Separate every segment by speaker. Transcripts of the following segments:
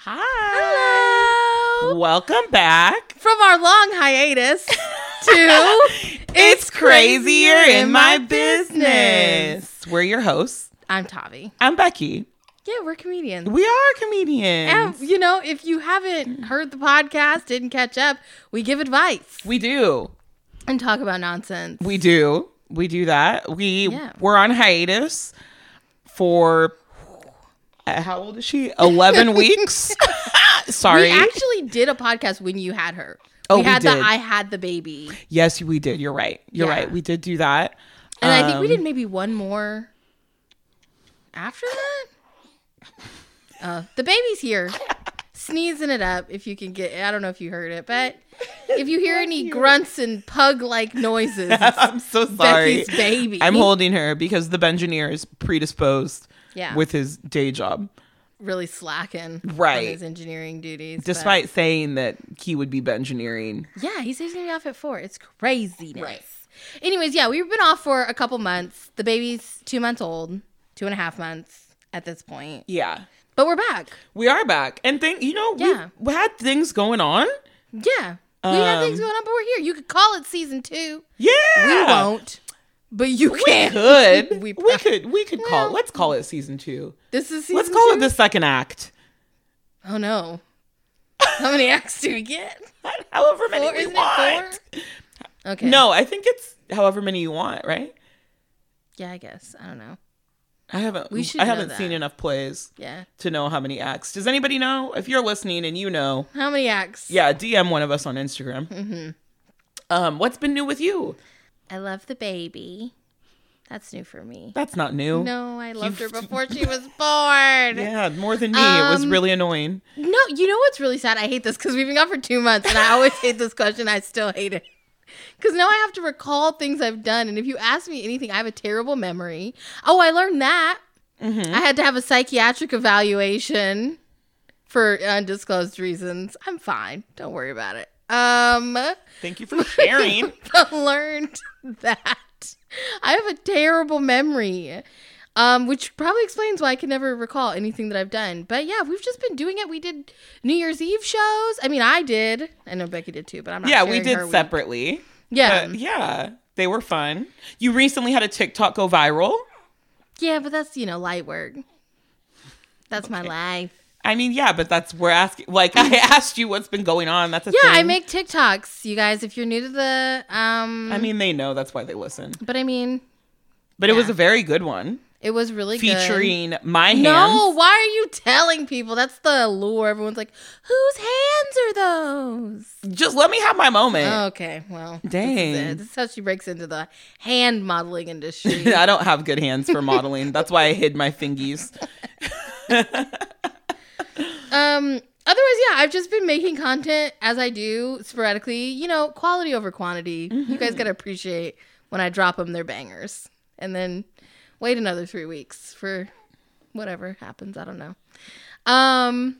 Speaker 1: Hi.
Speaker 2: Hello.
Speaker 1: Welcome back.
Speaker 2: From our long hiatus to It's,
Speaker 1: It's crazier in my business. We're your hosts.
Speaker 2: I'm Tavi.
Speaker 1: I'm Becky.
Speaker 2: Yeah, we're comedians.
Speaker 1: We are comedians.
Speaker 2: And, you know, if you haven't heard the podcast, didn't catch up, we give advice
Speaker 1: we do.
Speaker 2: and talk about nonsense.
Speaker 1: We do. We do that. We
Speaker 2: Yeah.
Speaker 1: we're on hiatus for uh, how old is she? 11 weeks. Sorry.
Speaker 2: We actually did a podcast when you had her.
Speaker 1: Oh,
Speaker 2: we
Speaker 1: we
Speaker 2: had
Speaker 1: did.
Speaker 2: the I had the baby.
Speaker 1: yes, we did. You're right. You're
Speaker 2: Yeah.
Speaker 1: right. We did do that.
Speaker 2: And I think we
Speaker 1: Um,
Speaker 2: did maybe one more after that. Uh, the baby's here, sneezing it up. If you can get, I don't know if you heard it, but if you hear any grunts and pug-like noises, it's
Speaker 1: I'm so sorry.
Speaker 2: Becky's baby.
Speaker 1: I'm holding her because the Benjineer is predisposed
Speaker 2: Yeah.
Speaker 1: with his day job.
Speaker 2: really slacking, on
Speaker 1: Right.
Speaker 2: his engineering duties. but-
Speaker 1: Despite saying that he would be Benjineering.
Speaker 2: yeah, he says he's gonna be off at four. It's craziness. Anyways, yeah, we've been off for a couple months. The baby's two months old, two and a half months at this point,
Speaker 1: Yeah.
Speaker 2: but we're back.
Speaker 1: We are back. And think you know, we-
Speaker 2: Yeah.
Speaker 1: we, had things going on.
Speaker 2: Yeah. We have things
Speaker 1: Um,
Speaker 2: going on, but we're here. You could call it season two.
Speaker 1: Yeah.
Speaker 2: We won't, but you can.
Speaker 1: Could
Speaker 2: We-
Speaker 1: we, could we could call
Speaker 2: Well-
Speaker 1: let's call it season two.
Speaker 2: This is season
Speaker 1: Let's call it
Speaker 2: two?
Speaker 1: the second act.
Speaker 2: Oh, no. How many acts do we get?
Speaker 1: However many
Speaker 2: Four?
Speaker 1: we
Speaker 2: Isn't
Speaker 1: want.
Speaker 2: it four? Okay.
Speaker 1: No, I think it's however many you want, right?
Speaker 2: Yeah, I guess. I don't know.
Speaker 1: I haven't
Speaker 2: We should
Speaker 1: I
Speaker 2: know
Speaker 1: haven't seen
Speaker 2: that.
Speaker 1: enough plays
Speaker 2: Yeah.
Speaker 1: to know how many acts. Does anybody know? If you're listening and you know,
Speaker 2: How many acts?
Speaker 1: yeah, DM one of us on Instagram.
Speaker 2: Mm-hmm.
Speaker 1: Um, what's been new with you?
Speaker 2: I love the baby. That's new for me.
Speaker 1: That's not new.
Speaker 2: No, I loved her
Speaker 1: You've-
Speaker 2: before she was born.
Speaker 1: Yeah, more than me. it was
Speaker 2: Um,
Speaker 1: really annoying.
Speaker 2: No, you know what's really sad? I hate this because we've been gone for two months, and I always hate this question. I still hate it because now I have to recall things I've done, and if you ask me anything, I have a terrible memory. Oh, I learned that I had to have a psychiatric evaluation for undisclosed reasons. I'm fine. Don't worry about it. Um,
Speaker 1: Thank you for sharing.
Speaker 2: I learned that I have a terrible memory. Um, which probably explains why I can never recall anything that I've done. But yeah, we've just been doing it. We did New Year's Eve shows. I mean, I did. I know Becky did too, but I'm not.
Speaker 1: yeah, we
Speaker 2: sharing her
Speaker 1: did
Speaker 2: week. Um,
Speaker 1: separately.
Speaker 2: Yeah,
Speaker 1: But yeah, they were fun. You recently had a TikTok go viral.
Speaker 2: yeah, but that's you know light work. That's my life.
Speaker 1: I mean, yeah, but that's we're asking. Like, I asked you what's been going on. That's a
Speaker 2: Yeah, I
Speaker 1: thing.
Speaker 2: make TikToks, you guys. If you're new to the, um,
Speaker 1: I mean, they know that's why they listen.
Speaker 2: but I mean,
Speaker 1: But it was
Speaker 2: Yeah.
Speaker 1: a very good one
Speaker 2: it was really good.
Speaker 1: featuring my hands.
Speaker 2: No, why are you telling people? That's the allure. Everyone's like, whose hands are those?
Speaker 1: Just let me have my moment.
Speaker 2: okay, well, This is,
Speaker 1: Eh. Dang.
Speaker 2: it. This is how she breaks into the hand modeling industry.
Speaker 1: I don't have good hands for modeling. that's why I hid my fingies.
Speaker 2: um. Otherwise, yeah, I've just been making content as I do sporadically. You know, quality over quantity. You guys
Speaker 1: Mm-hmm.
Speaker 2: gotta appreciate when I drop them, they're bangers, and then wait another three weeks for whatever happens. I don't know. Um.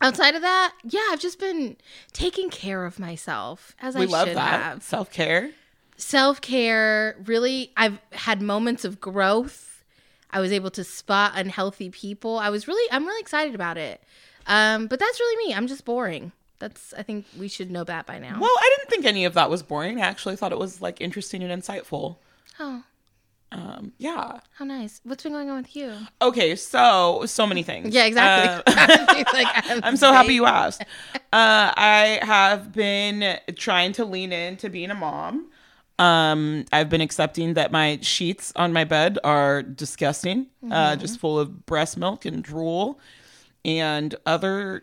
Speaker 2: Outside of that, yeah, I've just been taking care of myself as I
Speaker 1: we love
Speaker 2: should
Speaker 1: that
Speaker 2: have.
Speaker 1: self care.
Speaker 2: self care really i've had moments of growth i was able to spot unhealthy people i was really i'm really excited about it um but that's really me i'm just boring that's i think we should know that by now
Speaker 1: Well, I didn't think any of that was boring. I actually thought it was like interesting and insightful.
Speaker 2: oh
Speaker 1: Um, yeah.
Speaker 2: how nice what's been going on with you
Speaker 1: Okay, so so many things.
Speaker 2: yeah exactly
Speaker 1: Uh, I'm so happy you asked. Uh, I have been trying to lean into being a mom. Um, I've been accepting that my sheets on my bed are disgusting, uh, just full of breast milk and drool and other.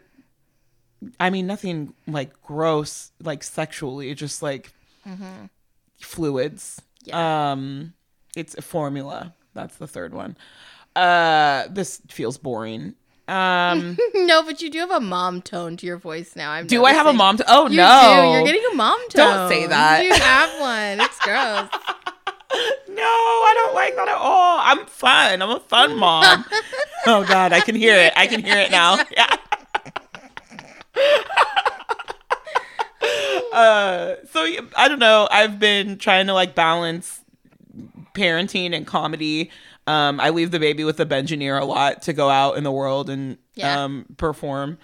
Speaker 1: I mean, nothing like gross, like sexually, just like fluids. Um, it's a formula. That's the third one. Uh, this feels boring. Um,
Speaker 2: no but you do have a mom tone to your voice now i'm
Speaker 1: do I have a
Speaker 2: noticing.
Speaker 1: mom? To- oh
Speaker 2: you
Speaker 1: no,
Speaker 2: do. you're getting a mom tone
Speaker 1: Don't say that.
Speaker 2: you have one it's gross
Speaker 1: no. I don't like that at all. I'm fun. I'm a fun mom. oh god, I can hear it. I can hear it now. Yeah. uh, so yeah, I don't know. I've been trying to like balance parenting and comedy. Um, I leave the baby with the Benjineer a lot to go out in the world and
Speaker 2: Yeah.
Speaker 1: um, perform.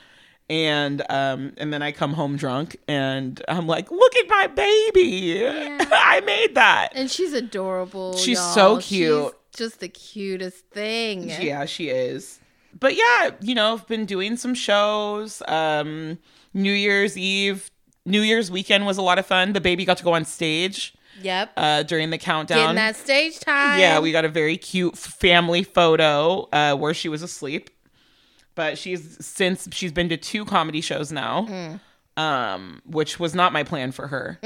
Speaker 1: And um, and then I come home drunk and I'm like, look at my baby.
Speaker 2: Yeah.
Speaker 1: I made that.
Speaker 2: And she's adorable.
Speaker 1: She's
Speaker 2: y'all.
Speaker 1: so cute.
Speaker 2: She's just the cutest thing.
Speaker 1: Yeah, she is. But yeah, you know, I've been doing some shows. Um, New Year's Eve, New Year's weekend was a lot of fun. The baby got to go on stage
Speaker 2: Yep.
Speaker 1: uh, during the countdown.
Speaker 2: Getting that stage time.
Speaker 1: yeah, we got a very cute family photo uh, where she was asleep. But she's since she's been to two comedy shows now, um, which was not my plan for her.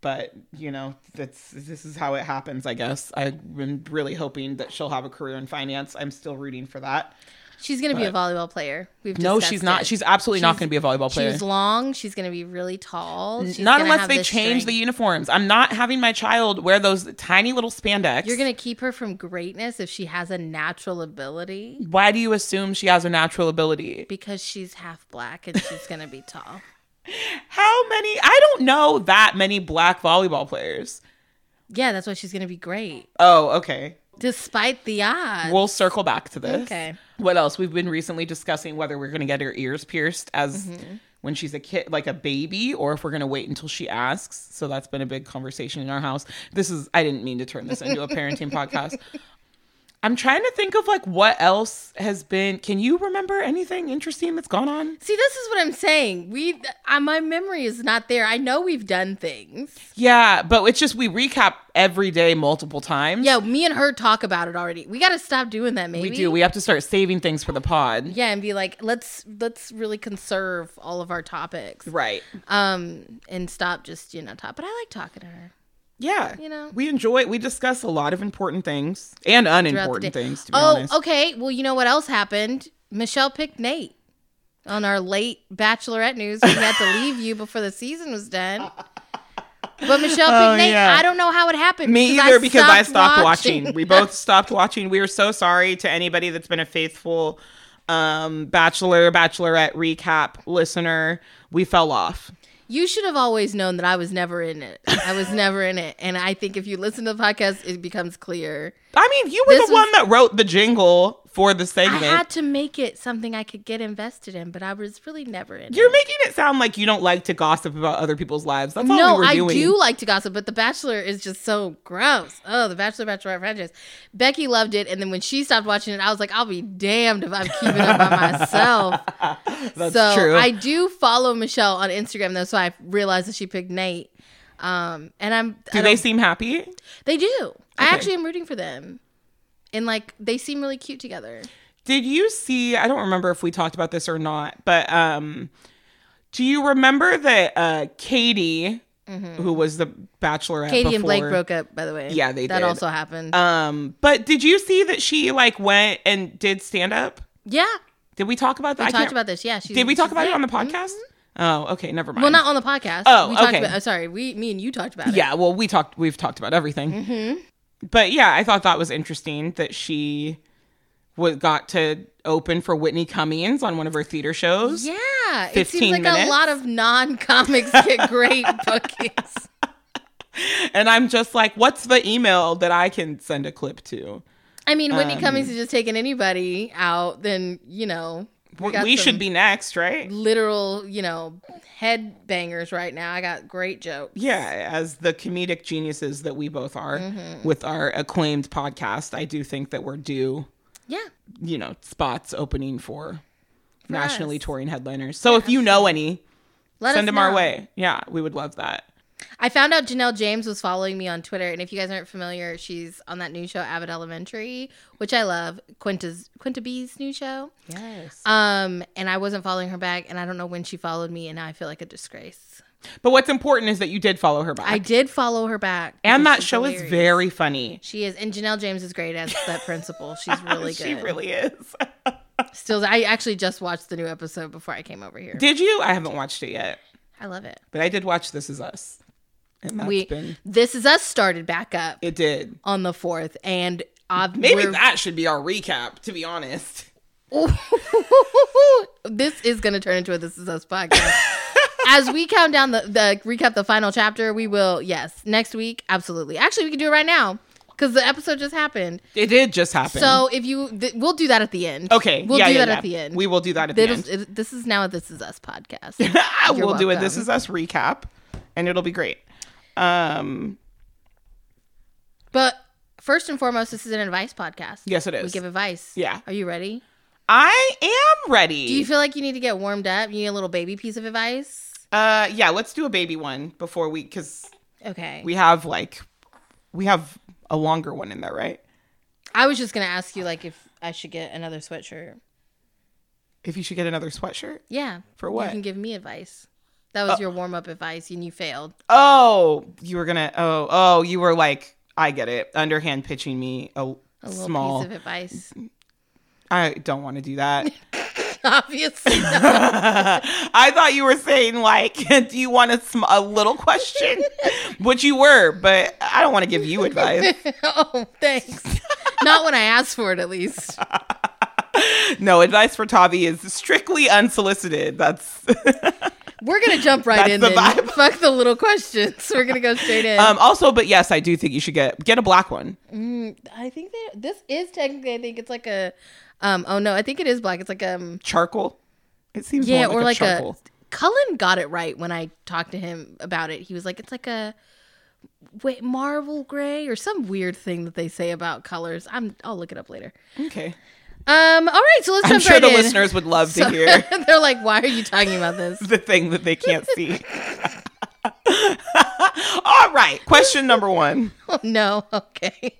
Speaker 1: but you know, that's this is how it happens. I guess I've been really hoping that she'll have a career in finance. I'm still rooting for that.
Speaker 2: She's gonna be a volleyball player. We've
Speaker 1: No,
Speaker 2: discussed
Speaker 1: she's
Speaker 2: it.
Speaker 1: not. She's absolutely not
Speaker 2: She's-
Speaker 1: going to be a volleyball player.
Speaker 2: She's long. She's gonna be really tall. She's
Speaker 1: not
Speaker 2: gonna
Speaker 1: unless
Speaker 2: have
Speaker 1: they
Speaker 2: this
Speaker 1: change the
Speaker 2: strength.
Speaker 1: uniforms. I'm not having my child wear those tiny little spandex.
Speaker 2: You're gonna keep her from greatness if she has a natural ability
Speaker 1: Why do you assume she has a natural ability?
Speaker 2: because she's half black and she's gonna be tall.
Speaker 1: How many? I don't know that many black volleyball players.
Speaker 2: Yeah, that's why she's gonna be great,
Speaker 1: Oh, okay.
Speaker 2: despite the odds.
Speaker 1: We'll circle back to this.
Speaker 2: Okay.
Speaker 1: What else? We've been recently discussing whether we're going to get her ears pierced as when she's a kid, like a baby, or if we're going to wait until she asks. So that's been a big conversation in our house. This is, I didn't mean to turn this into a parenting podcast. I'm trying to think of like what else has been. Can you remember anything interesting that's gone on?
Speaker 2: See, this is what I'm saying. We, uh, my memory is not there. I know we've done things.
Speaker 1: Yeah, but it's just we recap every day multiple times.
Speaker 2: Yeah, me and her talk about it already. We got to stop doing that. Maybe
Speaker 1: we do. We have to start saving things for the pod.
Speaker 2: yeah, and be like, let's let's really conserve all of our topics,
Speaker 1: Right.
Speaker 2: um, and stop just you know talk. But I like talking to her.
Speaker 1: Yeah.
Speaker 2: You know?
Speaker 1: we enjoy, we discuss a lot of important things and
Speaker 2: throughout the
Speaker 1: unimportant
Speaker 2: day.
Speaker 1: things, to be
Speaker 2: oh,
Speaker 1: honest.
Speaker 2: okay. Well, you know what else happened? Michelle picked Nate on our late Bachelorette news. We had to leave you before the season was done. But Michelle picked
Speaker 1: Oh,
Speaker 2: Nate.
Speaker 1: yeah.
Speaker 2: I don't know how it happened.
Speaker 1: Me either because I stopped watching. We both stopped watching. We are so sorry to anybody that's been a faithful um bachelor bachelorette recap listener we fell off
Speaker 2: You should have always known that I was never in it. I was never in it. And I think if you listen to the podcast, it becomes clear.
Speaker 1: i mean you were
Speaker 2: This
Speaker 1: the
Speaker 2: was-
Speaker 1: one that wrote the jingle for the segment
Speaker 2: I had to make it something I could get invested in, but I was really never in it.
Speaker 1: you're making it sound like you don't like to gossip about other people's lives that's all
Speaker 2: no,
Speaker 1: we were
Speaker 2: I
Speaker 1: doing
Speaker 2: do like to gossip, but The Bachelor is just so gross. Oh, The Bachelor, Bachelorette franchise. Becky loved it, and then when she stopped watching it, I was like, I'll be damned if I'm keeping up by myself.
Speaker 1: that's
Speaker 2: so
Speaker 1: true
Speaker 2: I do follow Michelle on Instagram though, so I realized that she picked Nate. Um, and I'm
Speaker 1: do they
Speaker 2: I don't-
Speaker 1: seem happy
Speaker 2: They do. I
Speaker 1: Okay.
Speaker 2: actually am rooting for them. And like they seem really cute together.
Speaker 1: Did you see? I don't remember if we talked about this or not, but um, do you remember that uh, Katie, who was the Bachelorette,
Speaker 2: Mm-hmm. Katie and Blake
Speaker 1: before-
Speaker 2: broke up, by the way.
Speaker 1: Yeah, they
Speaker 2: that
Speaker 1: did.
Speaker 2: also happened.
Speaker 1: Um, but did you see that she like went and did stand up?
Speaker 2: yeah,
Speaker 1: Did we talk about that?
Speaker 2: we
Speaker 1: I
Speaker 2: talked
Speaker 1: can't-
Speaker 2: about this. Yeah, she's,
Speaker 1: Did we talk
Speaker 2: she's
Speaker 1: about it
Speaker 2: there.
Speaker 1: on the podcast? Oh, okay, never mind.
Speaker 2: Well, not on the podcast.
Speaker 1: Oh,
Speaker 2: we talked
Speaker 1: okay.
Speaker 2: About, I'm sorry, we, me and you talked about it.
Speaker 1: yeah. Well, we talked. We've talked about everything.
Speaker 2: Mm-hmm.
Speaker 1: But yeah, I thought that was interesting that she was got to open for Whitney Cummings on one of her theater shows.
Speaker 2: Yeah, it
Speaker 1: 15
Speaker 2: seems like
Speaker 1: minutes.
Speaker 2: a lot of non-comics get great bookings.
Speaker 1: And I'm just like, what's the email that I can send a clip to?
Speaker 2: I mean, Whitney
Speaker 1: Um,
Speaker 2: Cummings is just taking anybody out. Then you know,
Speaker 1: We,
Speaker 2: got
Speaker 1: we
Speaker 2: some
Speaker 1: should be next, right?
Speaker 2: literal, you know, head bangers right now. I got great jokes.
Speaker 1: Yeah, as the comedic geniuses that we both are
Speaker 2: Mm-hmm.
Speaker 1: with our acclaimed podcast, I do think that we're due,
Speaker 2: Yeah,
Speaker 1: you know, spots opening for, nationally
Speaker 2: us.
Speaker 1: touring headliners. So if you know any,
Speaker 2: Let us
Speaker 1: send them our
Speaker 2: know.
Speaker 1: way. Yeah, we would love that.
Speaker 2: I found out Janelle James was following me on Twitter, and if you guys aren't familiar, she's on that new show Abbott Elementary, which I love. Quinta's Quinta B's new show.
Speaker 1: Yes.
Speaker 2: Um, and I wasn't following her back, and I don't know when she followed me, and now I feel like a disgrace.
Speaker 1: But what's important is that you did follow her back.
Speaker 2: I did follow her back,
Speaker 1: and
Speaker 2: because
Speaker 1: that
Speaker 2: she's
Speaker 1: show is
Speaker 2: hilarious.
Speaker 1: very funny.
Speaker 2: She is, and Janelle James is great as that principal. She's really good.
Speaker 1: she really is.
Speaker 2: Still, I actually just watched the new episode before I came over here.
Speaker 1: did you? I haven't watched it yet.
Speaker 2: I love it.
Speaker 1: But I did watch This Is Us. And that's
Speaker 2: we
Speaker 1: been
Speaker 2: this is us started back up
Speaker 1: it did.
Speaker 2: on the fourth, and uh,
Speaker 1: Maybe
Speaker 2: we're-
Speaker 1: that should be our recap, to be honest.
Speaker 2: this is going to turn into a This Is Us podcast. As we count down the, the recap, the final chapter, we will, yes, next week, absolutely. Actually, we can do it right now. because the episode just happened.
Speaker 1: It did just happen.
Speaker 2: So if you, th- we'll do that at the end.
Speaker 1: okay,
Speaker 2: we'll
Speaker 1: yeah,
Speaker 2: do
Speaker 1: yeah,
Speaker 2: that
Speaker 1: yeah.
Speaker 2: at the end.
Speaker 1: We will do that at
Speaker 2: This,
Speaker 1: the end.
Speaker 2: it- this is now a This Is Us podcast.
Speaker 1: we'll
Speaker 2: You're
Speaker 1: do it. This
Speaker 2: welcome.
Speaker 1: is us recap, and it'll be great. Um,
Speaker 2: But first and foremost, this is an advice podcast.
Speaker 1: yes, it
Speaker 2: We
Speaker 1: is.
Speaker 2: give advice.
Speaker 1: Yeah.
Speaker 2: Are you ready?
Speaker 1: I am ready.
Speaker 2: Do you feel like you need to get warmed up? You need a little baby piece of advice?
Speaker 1: uh, yeah, let's do a baby one before we, because
Speaker 2: Okay.
Speaker 1: we have like, we have a longer one in there, right?
Speaker 2: I was just going to ask you, like, if I should get another sweatshirt.
Speaker 1: If you should get another sweatshirt.
Speaker 2: Yeah.
Speaker 1: For what? Uh,
Speaker 2: You can give me advice. That was your warm up advice, and you failed.
Speaker 1: Oh, you were gonna. Oh, oh, you were like, I get it. Underhand pitching me a,
Speaker 2: A little
Speaker 1: small.
Speaker 2: piece of advice.
Speaker 1: I don't want to do that.
Speaker 2: Obviously.
Speaker 1: I thought you were saying like, do you want a, sm- a little question? Which you were, but I don't want to give you advice.
Speaker 2: oh, thanks. Not when I asked for it, at least.
Speaker 1: No, advice for Tavi is strictly unsolicited. That's
Speaker 2: We're going to jump right
Speaker 1: That's
Speaker 2: in
Speaker 1: the
Speaker 2: then.
Speaker 1: vibe.
Speaker 2: Fuck the little questions. We're going to go straight in.
Speaker 1: um also, but yes, I do think you should get get a black one.
Speaker 2: Mm, I think they, this is technically. I think it's like a. Um. Oh no, I think it is black. It's like um.
Speaker 1: Charcoal. It seems
Speaker 2: Yeah,
Speaker 1: more
Speaker 2: or like
Speaker 1: a
Speaker 2: a.
Speaker 1: charcoal.
Speaker 2: Cullen got it right when I talked to him about it. He was like, "It's like a wait, marble gray or some weird thing that they say about colors." I'm. I'll look it up later.
Speaker 1: okay.
Speaker 2: Um. All right, so let's
Speaker 1: I'm
Speaker 2: jump
Speaker 1: sure
Speaker 2: right
Speaker 1: the
Speaker 2: in.
Speaker 1: listeners would love
Speaker 2: So-
Speaker 1: to hear
Speaker 2: they're like, "Why are you talking about this?"
Speaker 1: the thing that they can't see. All right. Question number one.
Speaker 2: Oh, no. Okay.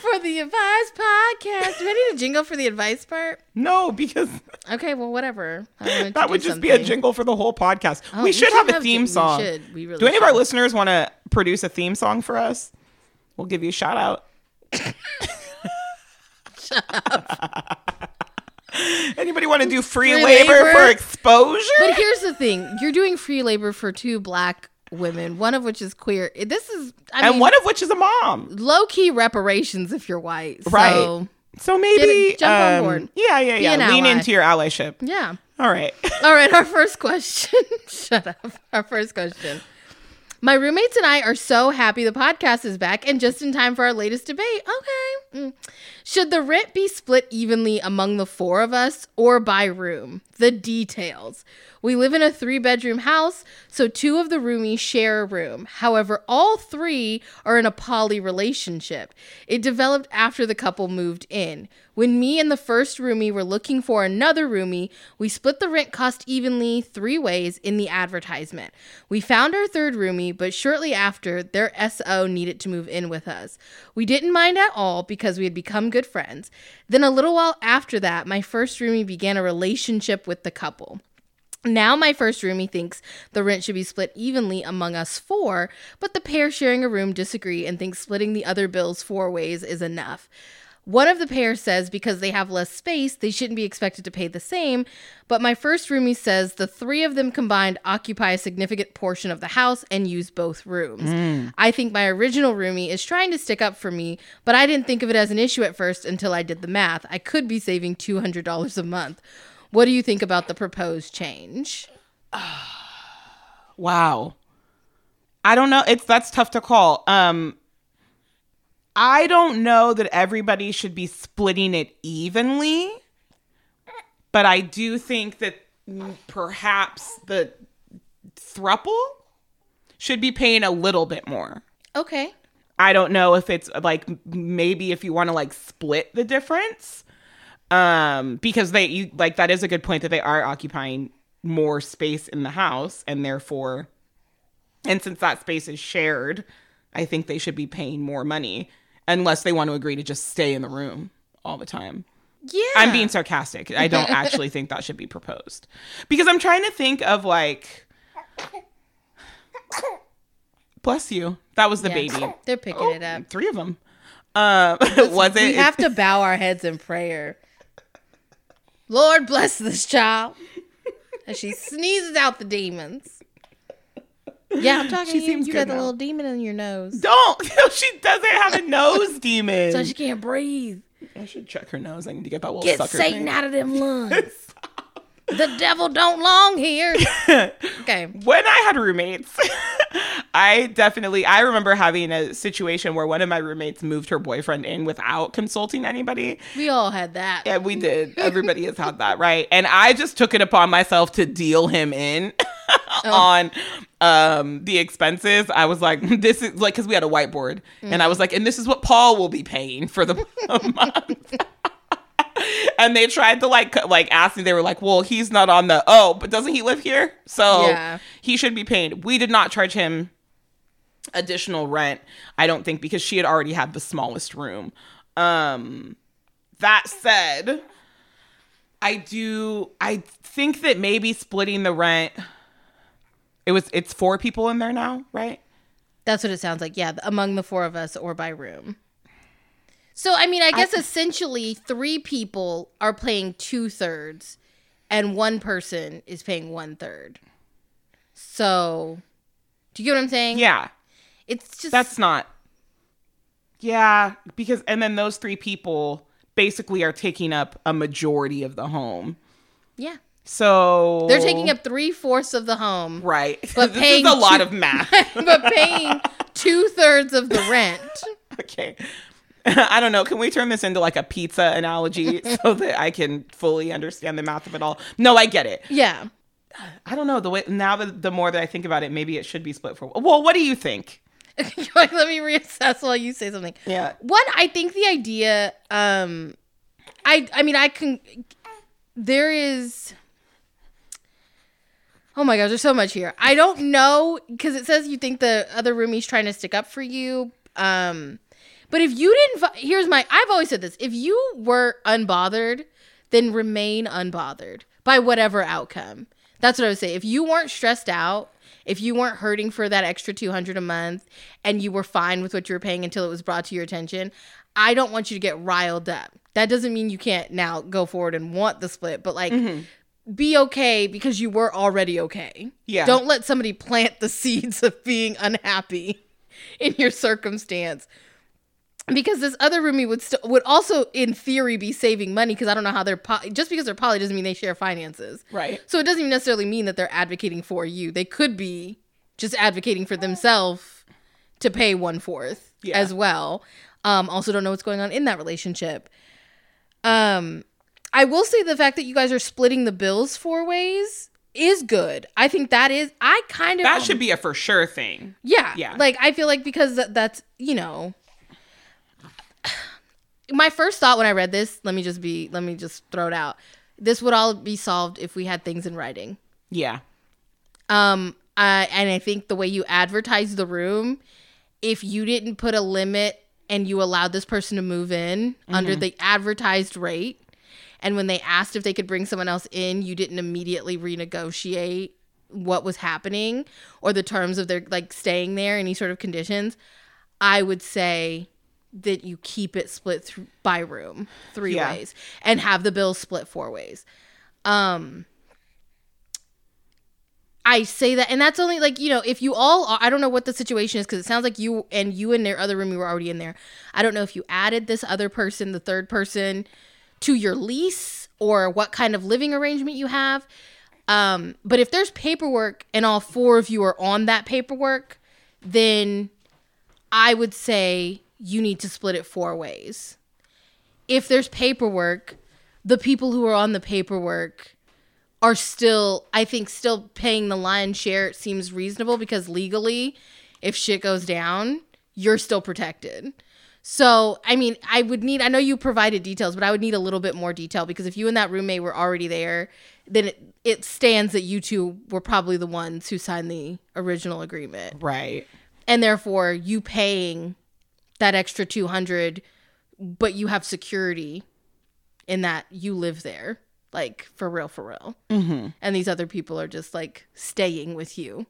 Speaker 2: For the advice podcast, do I need a jingle for the advice part?
Speaker 1: No, because
Speaker 2: Okay, well, whatever. I wanted to
Speaker 1: that
Speaker 2: do
Speaker 1: would just be a
Speaker 2: something.
Speaker 1: jingle for the whole podcast.
Speaker 2: Oh,
Speaker 1: we should have a
Speaker 2: ju-
Speaker 1: theme
Speaker 2: we
Speaker 1: song.
Speaker 2: should. We really
Speaker 1: Do any of
Speaker 2: should.
Speaker 1: our listeners want to produce a theme song for us? We'll give you a shout out. Anybody want to do free,
Speaker 2: Free
Speaker 1: labor,
Speaker 2: labor?
Speaker 1: for exposure?
Speaker 2: But here's the thing: you're doing free labor for two black women, one of which is queer. This is, I
Speaker 1: and
Speaker 2: mean,
Speaker 1: one of which is a mom.
Speaker 2: low key reparations if you're white. So,
Speaker 1: Right. So maybe
Speaker 2: Get- jump on
Speaker 1: um,
Speaker 2: board.
Speaker 1: Yeah, yeah,
Speaker 2: an
Speaker 1: yeah. Lean
Speaker 2: ally.
Speaker 1: into your allyship.
Speaker 2: Yeah.
Speaker 1: All right.
Speaker 2: All right. Our first question. Shut up. Our first question. My roommates and I are so happy the podcast is back and just in time for our latest debate. Okay. Mm. Should the rent be split evenly among the four of us or by room? The details. We live in a three bedroom house, so two of the roomies share a room. However, all three are in a poly relationship. It developed after the couple moved in. When me and the first roomie were looking for another roomie, we split the rent cost evenly three ways in the advertisement. We found our third roomie, but shortly after, their SO needed to move in with us. We didn't mind at all because we had become good friends. Then, a little while after that, my first roomie began a relationship with the couple. Now, my first roomie thinks the rent should be split evenly among us four, but the pair sharing a room disagree and think splitting the other bills four ways is enough. One of the pair says because they have less space, they shouldn't be expected to pay the same, but my first roomie says the three of them combined occupy a significant portion of the house and use both rooms. I think my original roomie is trying to stick up for me, but I didn't think of it as an issue at first until I did the math. I could be saving $200 a month. What do you think about the proposed change?
Speaker 1: Wow. I don't know. It's that's tough to call. Um I don't know that everybody should be splitting it evenly, but I do think that perhaps the thruple should be paying a little bit more.
Speaker 2: Okay.
Speaker 1: I don't know if it's like m- maybe if you want to like split the difference um because they you like that is a good point that they are occupying more space in the house and therefore and since that space is shared I think they should be paying more money unless they want to agree to just stay in the room all the time.
Speaker 2: Yeah.
Speaker 1: I'm being sarcastic. I don't actually think that should be proposed. Because I'm trying to think of like Bless you. That was the baby. Oh,
Speaker 2: They're picking it up.
Speaker 1: Three of them. Um, was
Speaker 2: We
Speaker 1: it?
Speaker 2: have to bow our heads in prayer. Lord bless this child. As she sneezes out the demons. Yeah, I'm talking
Speaker 1: She
Speaker 2: to you.
Speaker 1: seems
Speaker 2: You
Speaker 1: good
Speaker 2: got the
Speaker 1: now.
Speaker 2: little demon in your nose.
Speaker 1: Don't. she doesn't have a nose demon.
Speaker 2: So she can't breathe.
Speaker 1: I should check her nose. I need to get that little
Speaker 2: Get
Speaker 1: sucker
Speaker 2: Satan
Speaker 1: thing.
Speaker 2: out of them lungs. the devil don't long here. okay.
Speaker 1: When I had roommates, I definitely I remember having a situation where one of my roommates moved her boyfriend in without consulting anybody.
Speaker 2: We all had that.
Speaker 1: Yeah, we did. Everybody has had that, right? And I just took it upon myself to deal him in on um the expenses. I was like, this is like because we had a whiteboard, and I was like, and this is what Paul will be paying for the month. and they tried to like c- like ask me. They were like, well, he's not on the oh, but doesn't he live here? So
Speaker 2: Yeah.
Speaker 1: he should be paid. We did not charge him additional rent. I don't think because she had already had the smallest room. Um that said, I do I think that maybe splitting the rent it was it's four people in there now, right?
Speaker 2: That's what it sounds like. Yeah, among the four of us or by room. So, I mean, I guess essentially three people are paying two thirds and one person is paying one third. So, do you get what I'm saying?
Speaker 1: Yeah.
Speaker 2: It's just.
Speaker 1: That's not Yeah, because and then those three people basically are taking up a majority of the home.
Speaker 2: yeah.
Speaker 1: So
Speaker 2: They're taking up three fourths of the home,
Speaker 1: right.
Speaker 2: but
Speaker 1: this
Speaker 2: paying
Speaker 1: is a lot
Speaker 2: two-
Speaker 1: of math.
Speaker 2: but paying two thirds of the rent.
Speaker 1: okay. I don't know. Can we turn this into like a pizza analogy so that I can fully understand the math of it all? No, I get it.
Speaker 2: Yeah.
Speaker 1: I don't know. The way now that the more that I think about it, maybe it should be split for. Well, what do you think?
Speaker 2: Let me reassess while you say something.
Speaker 1: Yeah.
Speaker 2: One, I think the idea. Um, I I mean, I can. There is. Oh my gosh, there's so much here. I don't know because it says you think the other roomie's trying to stick up for you. Um, but if you didn't, fi- here's my. I've always said this: if you were unbothered, then remain unbothered by whatever outcome. That's what I would say. If you weren't stressed out, if you weren't hurting for that extra 200 a month and you were fine with what you were paying until it was brought to your attention, I don't want you to get riled up. That doesn't mean you can't now go forward and want the split, but like be okay because you were already okay.
Speaker 1: Yeah.
Speaker 2: Don't let somebody plant the seeds of being unhappy in your circumstance because this other roomie would still would also in theory be saving money because I don't know how they're po- just because they're poly doesn't mean they share finances.
Speaker 1: Right.
Speaker 2: So it doesn't even necessarily mean that they're advocating for you. They could be just advocating for themselves to pay one fourth
Speaker 1: Yeah.
Speaker 2: as well. Um, also don't know what's going on in that relationship. Um, I will say the fact that you guys are splitting the bills four ways is good. I think that is I kind of
Speaker 1: That should be a for sure thing.
Speaker 2: yeah.
Speaker 1: Yeah.
Speaker 2: Like I feel like because th- that's, you know, my first thought when I read this, let me just be let me just throw it out. This would all be solved if we had things in writing.
Speaker 1: Yeah.
Speaker 2: Um I and I think the way you advertise the room, if you didn't put a limit and you allowed this person to move in under the advertised rate, and when they asked if they could bring someone else in, you didn't immediately renegotiate what was happening or the terms of their like staying there, any sort of conditions, I would say that you keep it split th- by room three
Speaker 1: Yeah.
Speaker 2: ways and have the bills split four ways. Um I say that, and that's only like you know, if you all, are, I don't know what the situation is because it sounds like you and you and their other room you were already in there. I don't know if you added this other person, the third person, to your lease or what kind of living arrangement you have. Um, but if there's paperwork and all four of you are on that paperwork, then I would say you need to split it four ways. If there's paperwork, the people who are on the paperwork are still, I think, still paying the lion's share. It seems reasonable because legally, if shit goes down, you're still protected. So, I mean, I would need, I know you provided details, but I would need a little bit more detail because if you and that roommate were already there, then it, it stands that you two were probably the ones who signed the original agreement
Speaker 1: Right.
Speaker 2: and therefore you paying that extra 200 but you have security in that you live there like for real for real
Speaker 1: Mm-hmm.
Speaker 2: and these other people are just like staying with you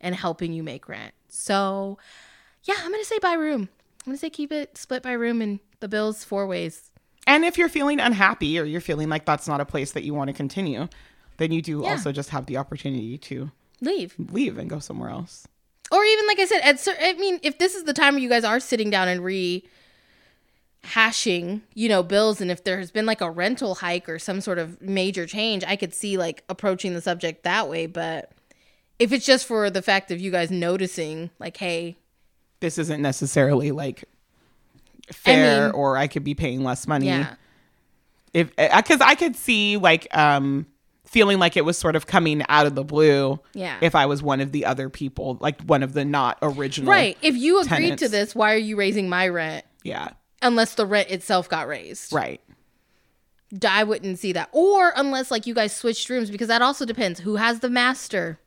Speaker 2: and helping you make rent so yeah i'm gonna say by room i'm gonna say keep it split by room and the bills four ways
Speaker 1: And if you're feeling unhappy or you're feeling like that's not a place that you want to continue, then you do
Speaker 2: Yeah.
Speaker 1: also just have the opportunity to
Speaker 2: leave
Speaker 1: leave and go somewhere else.
Speaker 2: or even like I said, at cer- I mean, if this is the time where you guys are sitting down and re hashing, you know, bills, and if there has been like a rental hike or some sort of major change, I could see like approaching the subject that way. But if it's just for the fact of you guys noticing, like, hey,
Speaker 1: This isn't necessarily like fair,
Speaker 2: mean-
Speaker 1: or I could be paying less money.
Speaker 2: yeah,
Speaker 1: if because I could see like um feeling like it was sort of coming out of the blue.
Speaker 2: Yeah.
Speaker 1: If I was one of the other people, like one of the not original.
Speaker 2: right. If you agreed to
Speaker 1: tenants.
Speaker 2: this, why are you raising my rent?
Speaker 1: Yeah.
Speaker 2: Unless the rent itself got raised,
Speaker 1: Right.
Speaker 2: I wouldn't see that. Or unless like you guys switched rooms, because that also depends who has the master.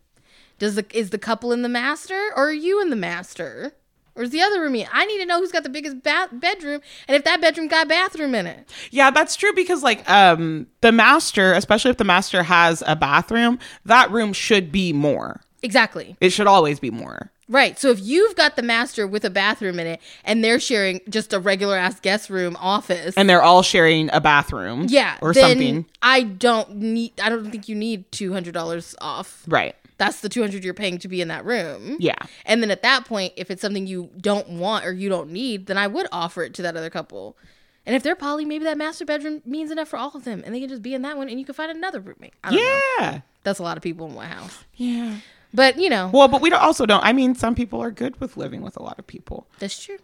Speaker 2: Does the is the couple in the master, or are you in the master, or is the other room? I need to know who's got the biggest ba- bedroom, and if that bedroom got a bathroom in it.
Speaker 1: Yeah, that's true because like um the master, especially if the master has a bathroom, that room should be more.
Speaker 2: Exactly.
Speaker 1: It should always be more.
Speaker 2: Right. So if you've got the master with a bathroom in it and they're sharing just a regular ass guest room office,
Speaker 1: And they're all sharing a bathroom.
Speaker 2: yeah,
Speaker 1: Or
Speaker 2: then
Speaker 1: something.
Speaker 2: I don't need. I don't think you need two hundred dollars off.
Speaker 1: Right.
Speaker 2: That's the two hundred you're paying to be in that room.
Speaker 1: Yeah.
Speaker 2: And then at that point, if it's something you don't want or you don't need, then I would offer it to that other couple. And if they're poly, maybe that master bedroom means enough for all of them, and they can just be in that one, and you can find another roommate. I don't know.
Speaker 1: Yeah.
Speaker 2: That's a lot of people in one house,
Speaker 1: Yeah.
Speaker 2: but you know
Speaker 1: Well, but we don't, also don't. I mean, some people are good with living with a lot of people.
Speaker 2: That's true.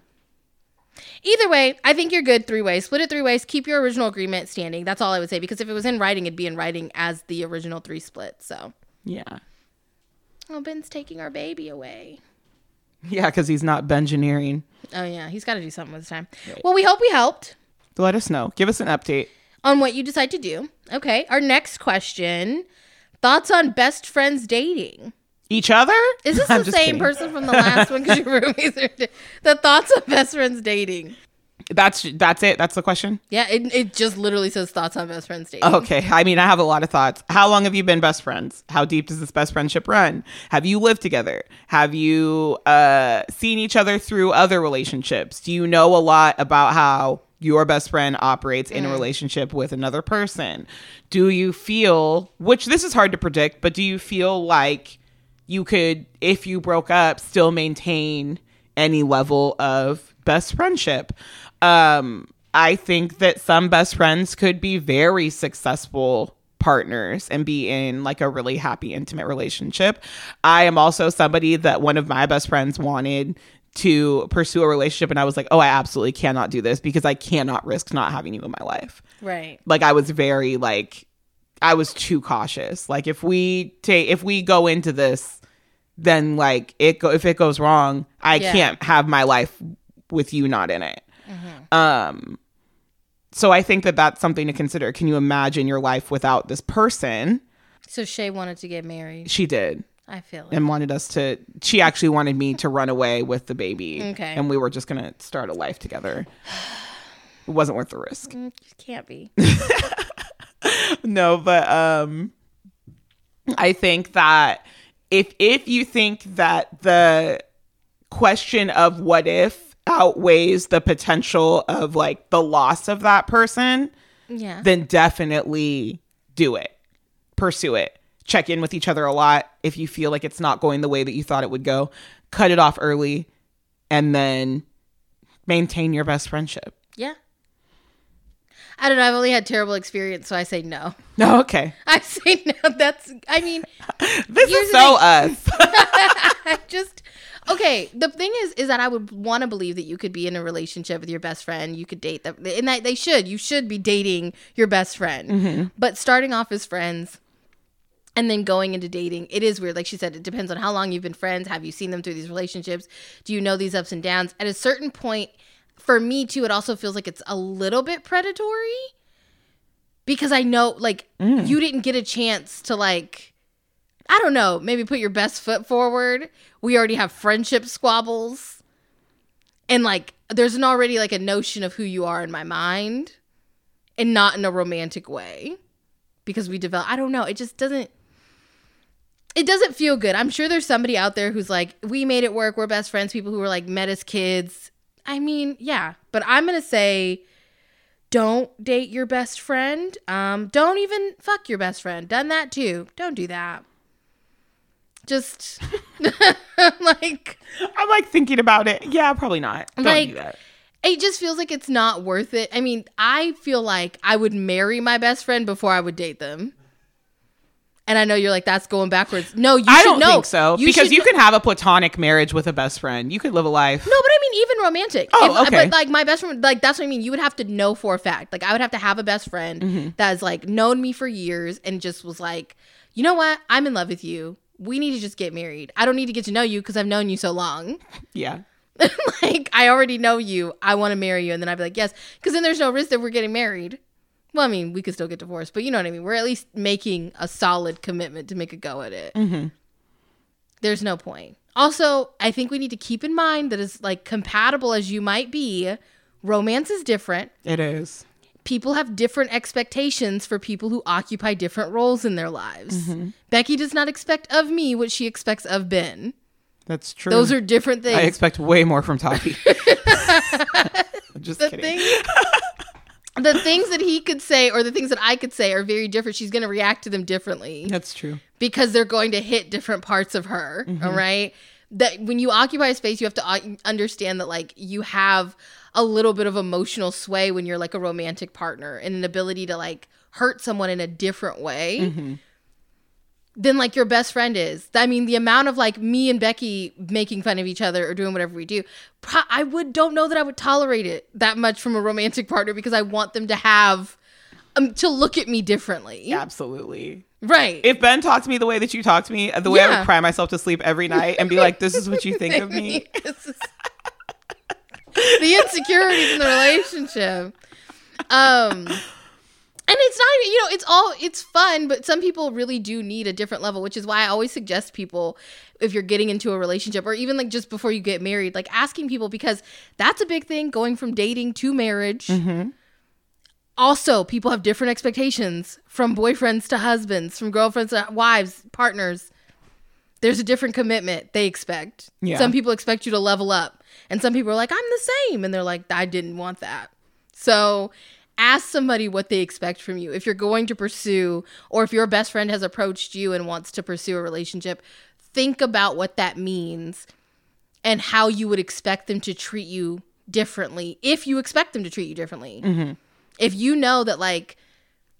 Speaker 2: Either way, I think you're good three ways. Split it three ways. Keep your original agreement standing. That's all I would say because if it was in writing, it'd be in writing as the original three split. So,
Speaker 1: Yeah.
Speaker 2: oh, Ben's taking our baby away.
Speaker 1: Yeah, because he's not Benjineering.
Speaker 2: Oh yeah, he's got to do something with his time. Well, we hope we helped
Speaker 1: Let us know. Give us an update.
Speaker 2: on what you decide to do. Okay, our next question: thoughts on best friends dating.
Speaker 1: Each other?
Speaker 2: Is this
Speaker 1: I'm
Speaker 2: the
Speaker 1: just
Speaker 2: same
Speaker 1: kidding.
Speaker 2: person from the last one? Because your roommates are di- the thoughts on best friends dating.
Speaker 1: That's that's it. That's the question.
Speaker 2: Yeah, it, it just literally says thoughts on best friends dating.
Speaker 1: Okay. I mean, I have a lot of thoughts. How long have you been best friends? How deep does this best friendship run? Have you lived together? Have you uh, seen each other through other relationships? Do you know a lot about how your best friend operates in a relationship with another person? Do you feel, which this is hard to predict, but do you feel like you could, if you broke up, still maintain any level of best friendship. Um, I think that some best friends could be very successful partners and be in like a really happy, intimate relationship. I am also somebody that one of my best friends wanted to pursue a relationship, and I was like, oh, I absolutely cannot do this because I cannot risk not having you in my life
Speaker 2: Right.
Speaker 1: like I was very like I was too cautious. Like if we take if we go into this, then like it go if it goes wrong, I
Speaker 2: Yeah.
Speaker 1: can't have my life with you not in it.
Speaker 2: Mm-hmm.
Speaker 1: Um, so I think that that's something to consider. Can you imagine your life without this person?
Speaker 2: So Shay wanted to get married.
Speaker 1: She did
Speaker 2: I feel it.
Speaker 1: and wanted us to. She actually wanted me to run away with the baby.
Speaker 2: Okay.
Speaker 1: and we were just gonna start a life together. It wasn't worth the risk.
Speaker 2: Mm, just can't be.
Speaker 1: no but um i think that if if you think that the question of what if outweighs the potential of like the loss of that person
Speaker 2: Yeah.
Speaker 1: then definitely do it pursue it check in with each other a lot if you feel like it's not going the way that you thought it would go cut it off early and then maintain your best friendship
Speaker 2: yeah. I don't know. I've only had terrible experience, so I say no.
Speaker 1: no okay
Speaker 2: I say no. That's, I mean,
Speaker 1: this
Speaker 2: Here's
Speaker 1: is
Speaker 2: the
Speaker 1: so us
Speaker 2: I just, okay. The thing is, is that I would want to believe that you could be in a relationship with your best friend. You could date them. And that they should. You should be dating your best friend. But starting off as friends and then going into dating, it is weird. Like she said, it depends on how long you've been friends. Have you seen them through these relationships? Do you know these ups and downs? At a certain point, for me too, it also feels like it's a little bit predatory because I know, like, you didn't get a chance to, like, I don't know, maybe put your best foot forward. We already have friendship squabbles. And, like, there's an already, like, a notion of who you are in my mind and not in a romantic way because we develop, I don't know, it just doesn't. It doesn't feel good. I'm sure there's somebody out there who's like, we made it work. We're best friends. People who were like met as kids. I mean, yeah. But I'm going to say don't date your best friend. Um, don't even fuck your best friend. Done that too. Don't do that. Just like
Speaker 1: I'm like thinking about it. Yeah, probably not. Don't
Speaker 2: Like-
Speaker 1: do that.
Speaker 2: it just feels like it's not worth it. I mean, I feel like I would marry my best friend before I would date them. And And I know you're like, that's going backwards. No, you
Speaker 1: I
Speaker 2: should
Speaker 1: don't
Speaker 2: know.
Speaker 1: think so because
Speaker 2: should
Speaker 1: you
Speaker 2: kn-
Speaker 1: can have a platonic marriage with a best friend. You could live a life.
Speaker 2: No, but I mean, even romantic.
Speaker 1: Oh,
Speaker 2: If-
Speaker 1: okay.
Speaker 2: But like my best friend, like that's what I mean. You would have to know for a fact. Like I would have to have a best friend
Speaker 1: Mm-hmm.
Speaker 2: that has like known me for years and just was like, you know what? I'm in love with you. We need to just get married. I don't need to get to know you because I've known you so long.
Speaker 1: Yeah.
Speaker 2: like I already know you. I want to marry you, and then I'd be like, yes, because then there's no risk that we're getting married. Well, I mean, we could still get divorced, but you know what I mean. We're at least making a solid commitment to make a go at it. There's no point. Also, I think we need to keep in mind that as like compatible as you might be, romance is different.
Speaker 1: It is.
Speaker 2: People have different expectations for people who occupy different roles in their lives. Becky does not expect of me what she expects of Ben.
Speaker 1: That's true.
Speaker 2: Those are different things.
Speaker 1: Mm. I expect way more from Taki. Just
Speaker 2: the
Speaker 1: kidding.
Speaker 2: thing- the things that he could say or the things that I could say are very different. She's going to react to them differently
Speaker 1: That's true.
Speaker 2: because they're going to hit different parts of her. all right. That when you occupy a space, you have to o- understand that like you have a little bit of emotional sway when you're like a romantic partner and an ability to like hurt someone in a different way than like your best friend is. I mean, the amount of like me and Becky making fun of each other or doing whatever we do, pro- I would don't know that I would tolerate it that much from a romantic partner because I want them to have um, to look at me differently.
Speaker 1: Absolutely.
Speaker 2: Right.
Speaker 1: If Ben talked to me the way that you talked to me, the way I
Speaker 2: Yeah.
Speaker 1: would cry myself to sleep every night and be like, this is what you think of me.
Speaker 2: This is- the insecurities in the relationship. Um and it's not even, you know, it's all it's fun, but some people really do need a different level, which is why I always suggest people if you're getting into a relationship or even like just before you get married, like asking people because that's a big thing going from dating to
Speaker 1: Mm-hmm.
Speaker 2: marriage. Also, people have different expectations from boyfriends to husbands, from girlfriends to wives, partners there's a different commitment they expect.
Speaker 1: Yeah.
Speaker 2: Some people expect you to level up, and some people are like, I'm the same. And they're like, I didn't want that. So ask somebody what they expect from you. If you're going to pursue, or if your best friend has approached you and wants to pursue a relationship, think about what that means and how you would expect them to treat you differently if you expect them to treat you differently. If you know that, like,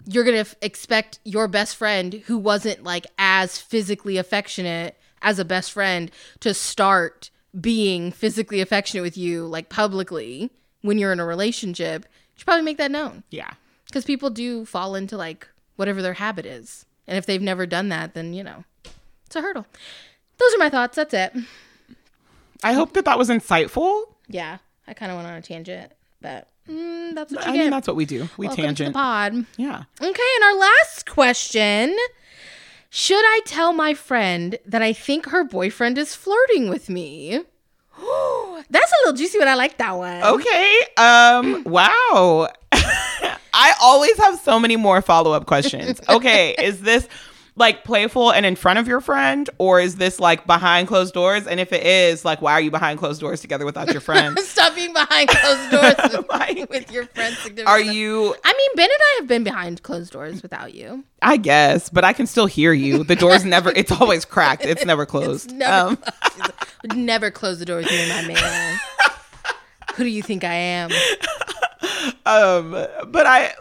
Speaker 2: you're gonna f- expect your best friend who wasn't like as physically affectionate as a best friend to start being physically affectionate with you like publicly when you're in a relationship you should probably make that known
Speaker 1: Yeah.
Speaker 2: because people do fall into like whatever their habit is and if they've never done that then you know it's a hurdle those are my thoughts that's it
Speaker 1: I hope that that was insightful.
Speaker 2: yeah i kind of went on a tangent but mm, that's what you
Speaker 1: I
Speaker 2: get
Speaker 1: mean, that's what we do. We
Speaker 2: welcome to the
Speaker 1: tangent.
Speaker 2: pod
Speaker 1: yeah.
Speaker 2: Okay, and our last question Should I tell my friend that I think her boyfriend is flirting with me? That's a little juicy, but I like that one.
Speaker 1: Okay. Um. Wow. I always have so many more follow up questions. Okay. is this like playful and in front of your friend, or is this like behind closed doors? And if it is, like, why are you behind closed doors together without your friend?
Speaker 2: Stop being behind closed doors with,
Speaker 1: Like,
Speaker 2: with your friends.
Speaker 1: are you?
Speaker 2: I mean, Ben and I have been behind closed doors without you.
Speaker 1: I guess, but I can still hear you. The door's never. It's always cracked. It's never closed. Um,
Speaker 2: Never, would never close the door with you and my man. Who do you think I am?
Speaker 1: um but i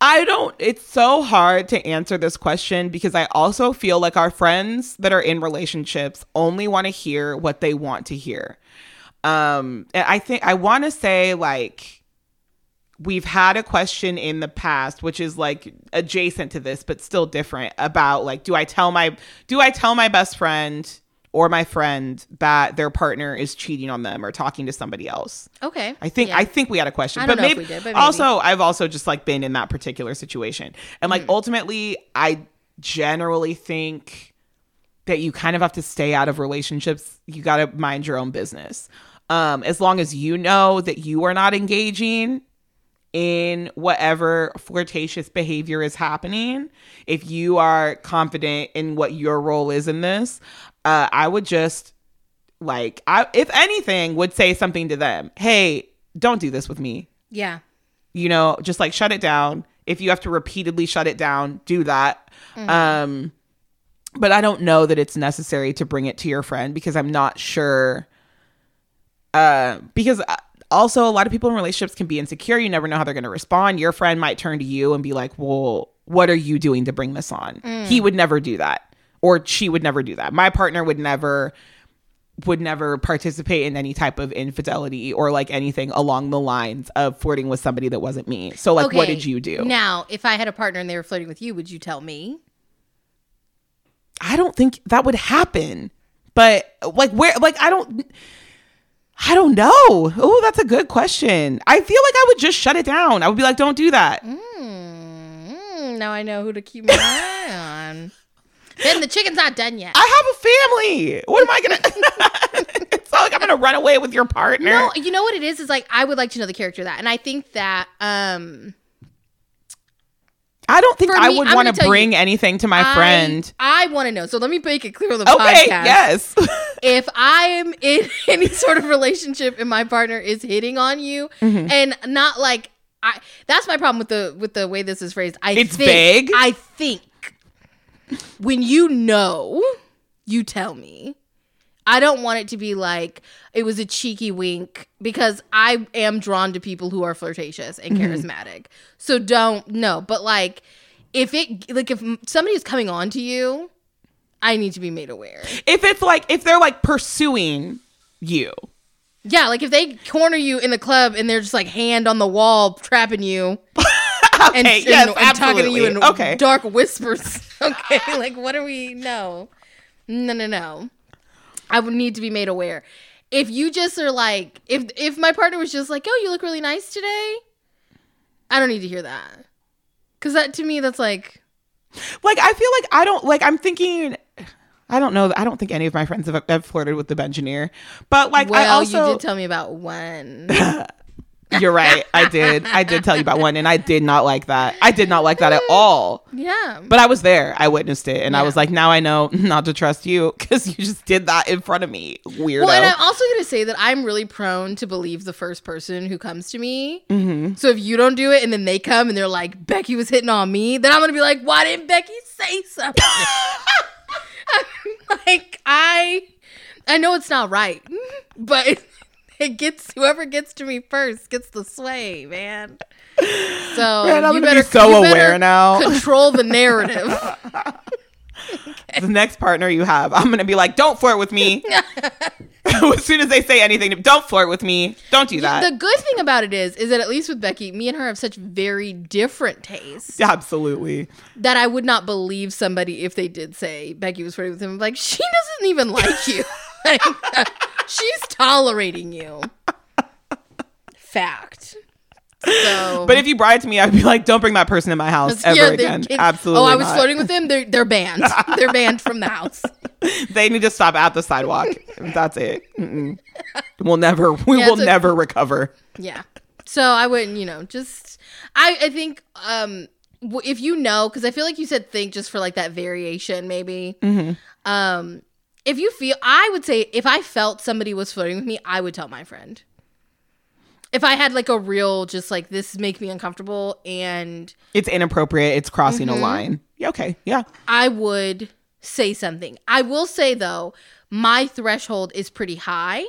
Speaker 1: i don't it's so hard to answer this question because i also feel like our friends that are in relationships only want to hear what they want to hear um and i think i want to say like we've had a question in the past which is like adjacent to this but still different about like do i tell my do i tell my best friend or my friend that their partner is cheating on them or talking to somebody else
Speaker 2: Okay.
Speaker 1: I think
Speaker 2: Yeah.
Speaker 1: I think we had a question,
Speaker 2: I
Speaker 1: but,
Speaker 2: don't know if
Speaker 1: maybe,
Speaker 2: we did, but maybe.
Speaker 1: also I've also just like been in that particular situation, and
Speaker 2: Mm.
Speaker 1: like ultimately I generally think that you kind of have to stay out of relationships. You got to mind your own business. Um, as long as you know that you are not engaging in whatever flirtatious behavior is happening, if you are confident in what your role is in this, uh, I would just like I if anything would say something to them. Hey, don't do this with me.
Speaker 2: Yeah.
Speaker 1: You know, just like shut it down. If you have to repeatedly shut it down, do that. Um but I don't know that it's necessary to bring it to your friend because I'm not sure uh because uh, also a lot of people in relationships can be insecure. You never know how they're going to respond. Your friend might turn to you and be like, "Well, what are you doing to bring this on? He would never do that. Or she would never do that. My partner would never would never participate in any type of infidelity or like anything along the lines of flirting with somebody that wasn't me. So like what
Speaker 2: Okay,
Speaker 1: did you do?
Speaker 2: Now, if I had a partner and they were flirting with you, would you tell me?
Speaker 1: I don't think that would happen. But like where like I don't I don't know. Oh, that's a good question. I feel like I would just shut it down. I would be like, don't do that.
Speaker 2: Mm, now I know who to keep my eye on. Ben, the chicken's not done yet.
Speaker 1: I have a family. What am I gonna It's not like I'm gonna run away with your partner.
Speaker 2: No, you know what it is? Is like I would like to know the character of that, and I think that um,
Speaker 1: I don't think
Speaker 2: For
Speaker 1: I
Speaker 2: me,
Speaker 1: would
Speaker 2: I'm
Speaker 1: want
Speaker 2: gonna
Speaker 1: to
Speaker 2: tell you,
Speaker 1: bring anything to my
Speaker 2: I-
Speaker 1: friend.
Speaker 2: I want to know. So let me make it clear on the
Speaker 1: Okay,
Speaker 2: podcast.
Speaker 1: yes.
Speaker 2: if I am in any sort of relationship and my partner is hitting on you
Speaker 1: Mm-hmm.
Speaker 2: and not like I that's my problem with the with the way this is phrased. I
Speaker 1: It's
Speaker 2: think,
Speaker 1: vague?
Speaker 2: I think when you know, you tell me. I don't want it to be like it was a cheeky wink because I am drawn to people who are flirtatious and
Speaker 1: Mm-hmm.
Speaker 2: charismatic. So don't no, but like if it like if somebody is coming on to you, I need to be made aware.
Speaker 1: if it's like if they're like pursuing you.
Speaker 2: Yeah, like if they corner you in the club and they're just like hand on the wall trapping you
Speaker 1: Okay,
Speaker 2: and,
Speaker 1: yes,
Speaker 2: and, and talking
Speaker 1: absolutely.
Speaker 2: to you in
Speaker 1: okay.
Speaker 2: dark whispers. Okay, like what are we? No, no, no, no. I would need to be made aware. If you just are like, if if my partner was just like, "Oh, you look really nice today," I don't need to hear that because that to me that's like
Speaker 1: like I feel like I don't like I'm thinking I don't know. I don't think any of my friends have, have flirted with the Benjineer. But like I
Speaker 2: well,
Speaker 1: also
Speaker 2: you did tell me about one.
Speaker 1: You're right. I did. I did tell you about one and I did not like that. I did not like that at all.
Speaker 2: yeah,
Speaker 1: But I was there. I witnessed it and I
Speaker 2: Yeah.
Speaker 1: was like, now I know not to trust you cuz you just did that in front of me. Weirdo.
Speaker 2: Well, and I'm also going to say that I'm really prone to believe the first person who comes to me.
Speaker 1: Mhm.
Speaker 2: So if you don't do it and then they come and they're like, Becky was hitting on me, then I'm going to be like, why didn't Becky say something? I'm like, I, I know it's not right, but it, gets, whoever gets to me first gets the sway, man. So
Speaker 1: Man, I'm gonna be
Speaker 2: you better,
Speaker 1: so
Speaker 2: you better
Speaker 1: aware now.
Speaker 2: Control the narrative.
Speaker 1: the next partner you have, I'm gonna be like, don't flirt with me. as soon as they say anything, to- don't flirt with me. Don't do that.
Speaker 2: The good thing about it is, is that at least with Becky, me and her have such very different tastes
Speaker 1: Absolutely.
Speaker 2: that I would not believe somebody if they did say Becky was flirting with him. I'm Like she doesn't even like you. like, she's tolerating you. Fact. So,
Speaker 1: But if you bribed me, I'd be like, don't bring that person in my house ever
Speaker 2: Yeah, they
Speaker 1: again.
Speaker 2: can-
Speaker 1: Absolutely.
Speaker 2: Oh, I was
Speaker 1: not.
Speaker 2: flirting with them. They're they're banned. they're banned from the house.
Speaker 1: They need to stop at the sidewalk. That's it. Mm-mm. We'll never, we
Speaker 2: Yeah,
Speaker 1: will
Speaker 2: it's a-
Speaker 1: never recover.
Speaker 2: Yeah. So I wouldn't, you know, just I I think um w- if you know cuz I feel like you said think just for like that variation maybe. Um if you feel I would say if I felt somebody was flirting with me, I would tell my friend. If I had like a real just like this make me uncomfortable and
Speaker 1: It's inappropriate. It's crossing
Speaker 2: Mm-hmm.
Speaker 1: a line. Yeah, okay. Yeah.
Speaker 2: I would say something. I will say though, my threshold is pretty high.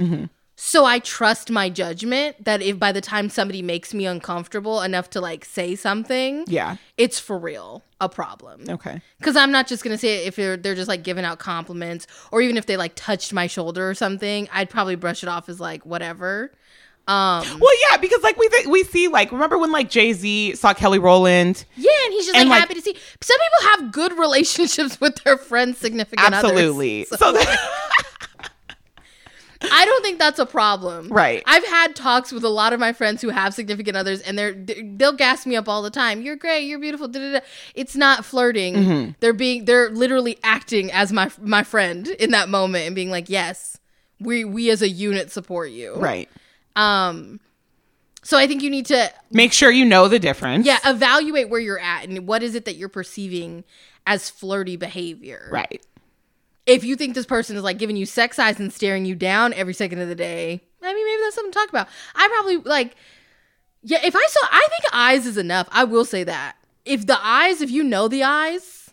Speaker 1: Mm-hmm.
Speaker 2: So I trust my judgment that if by the time somebody makes me uncomfortable enough to like say something,
Speaker 1: Yeah.
Speaker 2: it's for real a problem.
Speaker 1: Okay.
Speaker 2: Because I'm not just gonna say it if they're they're just like giving out compliments or even if they like touched my shoulder or something, I'd probably brush it off as like whatever. Um,
Speaker 1: Well, yeah, because like we th- we see like remember when like Jay Z saw Kelly Rowland?
Speaker 2: yeah, and he's just
Speaker 1: And,
Speaker 2: like,
Speaker 1: like-
Speaker 2: happy to see. Some people have good relationships with their friends, significant
Speaker 1: Absolutely.
Speaker 2: others.
Speaker 1: So, that-
Speaker 2: I don't think that's a problem.
Speaker 1: Right.
Speaker 2: I've had talks with a lot of my friends who have significant others, and they're they'll gas me up all the time. You're great. You're beautiful. Da, da, da. It's not flirting.
Speaker 1: Mm-hmm.
Speaker 2: They're being they're literally acting as my my friend in that moment and being like, yes, we we as a unit support you.
Speaker 1: right.
Speaker 2: Um. So I think you need to
Speaker 1: Make sure you know the difference.
Speaker 2: yeah evaluate where you're at and what is it that you're perceiving as flirty behavior.
Speaker 1: Right.
Speaker 2: if you think this person is like giving you sex eyes and staring you down every second of the day, I mean, maybe that's something to talk about. I probably like, yeah, if I saw, I think eyes is enough. I will say that. If the eyes, if you know the eyes,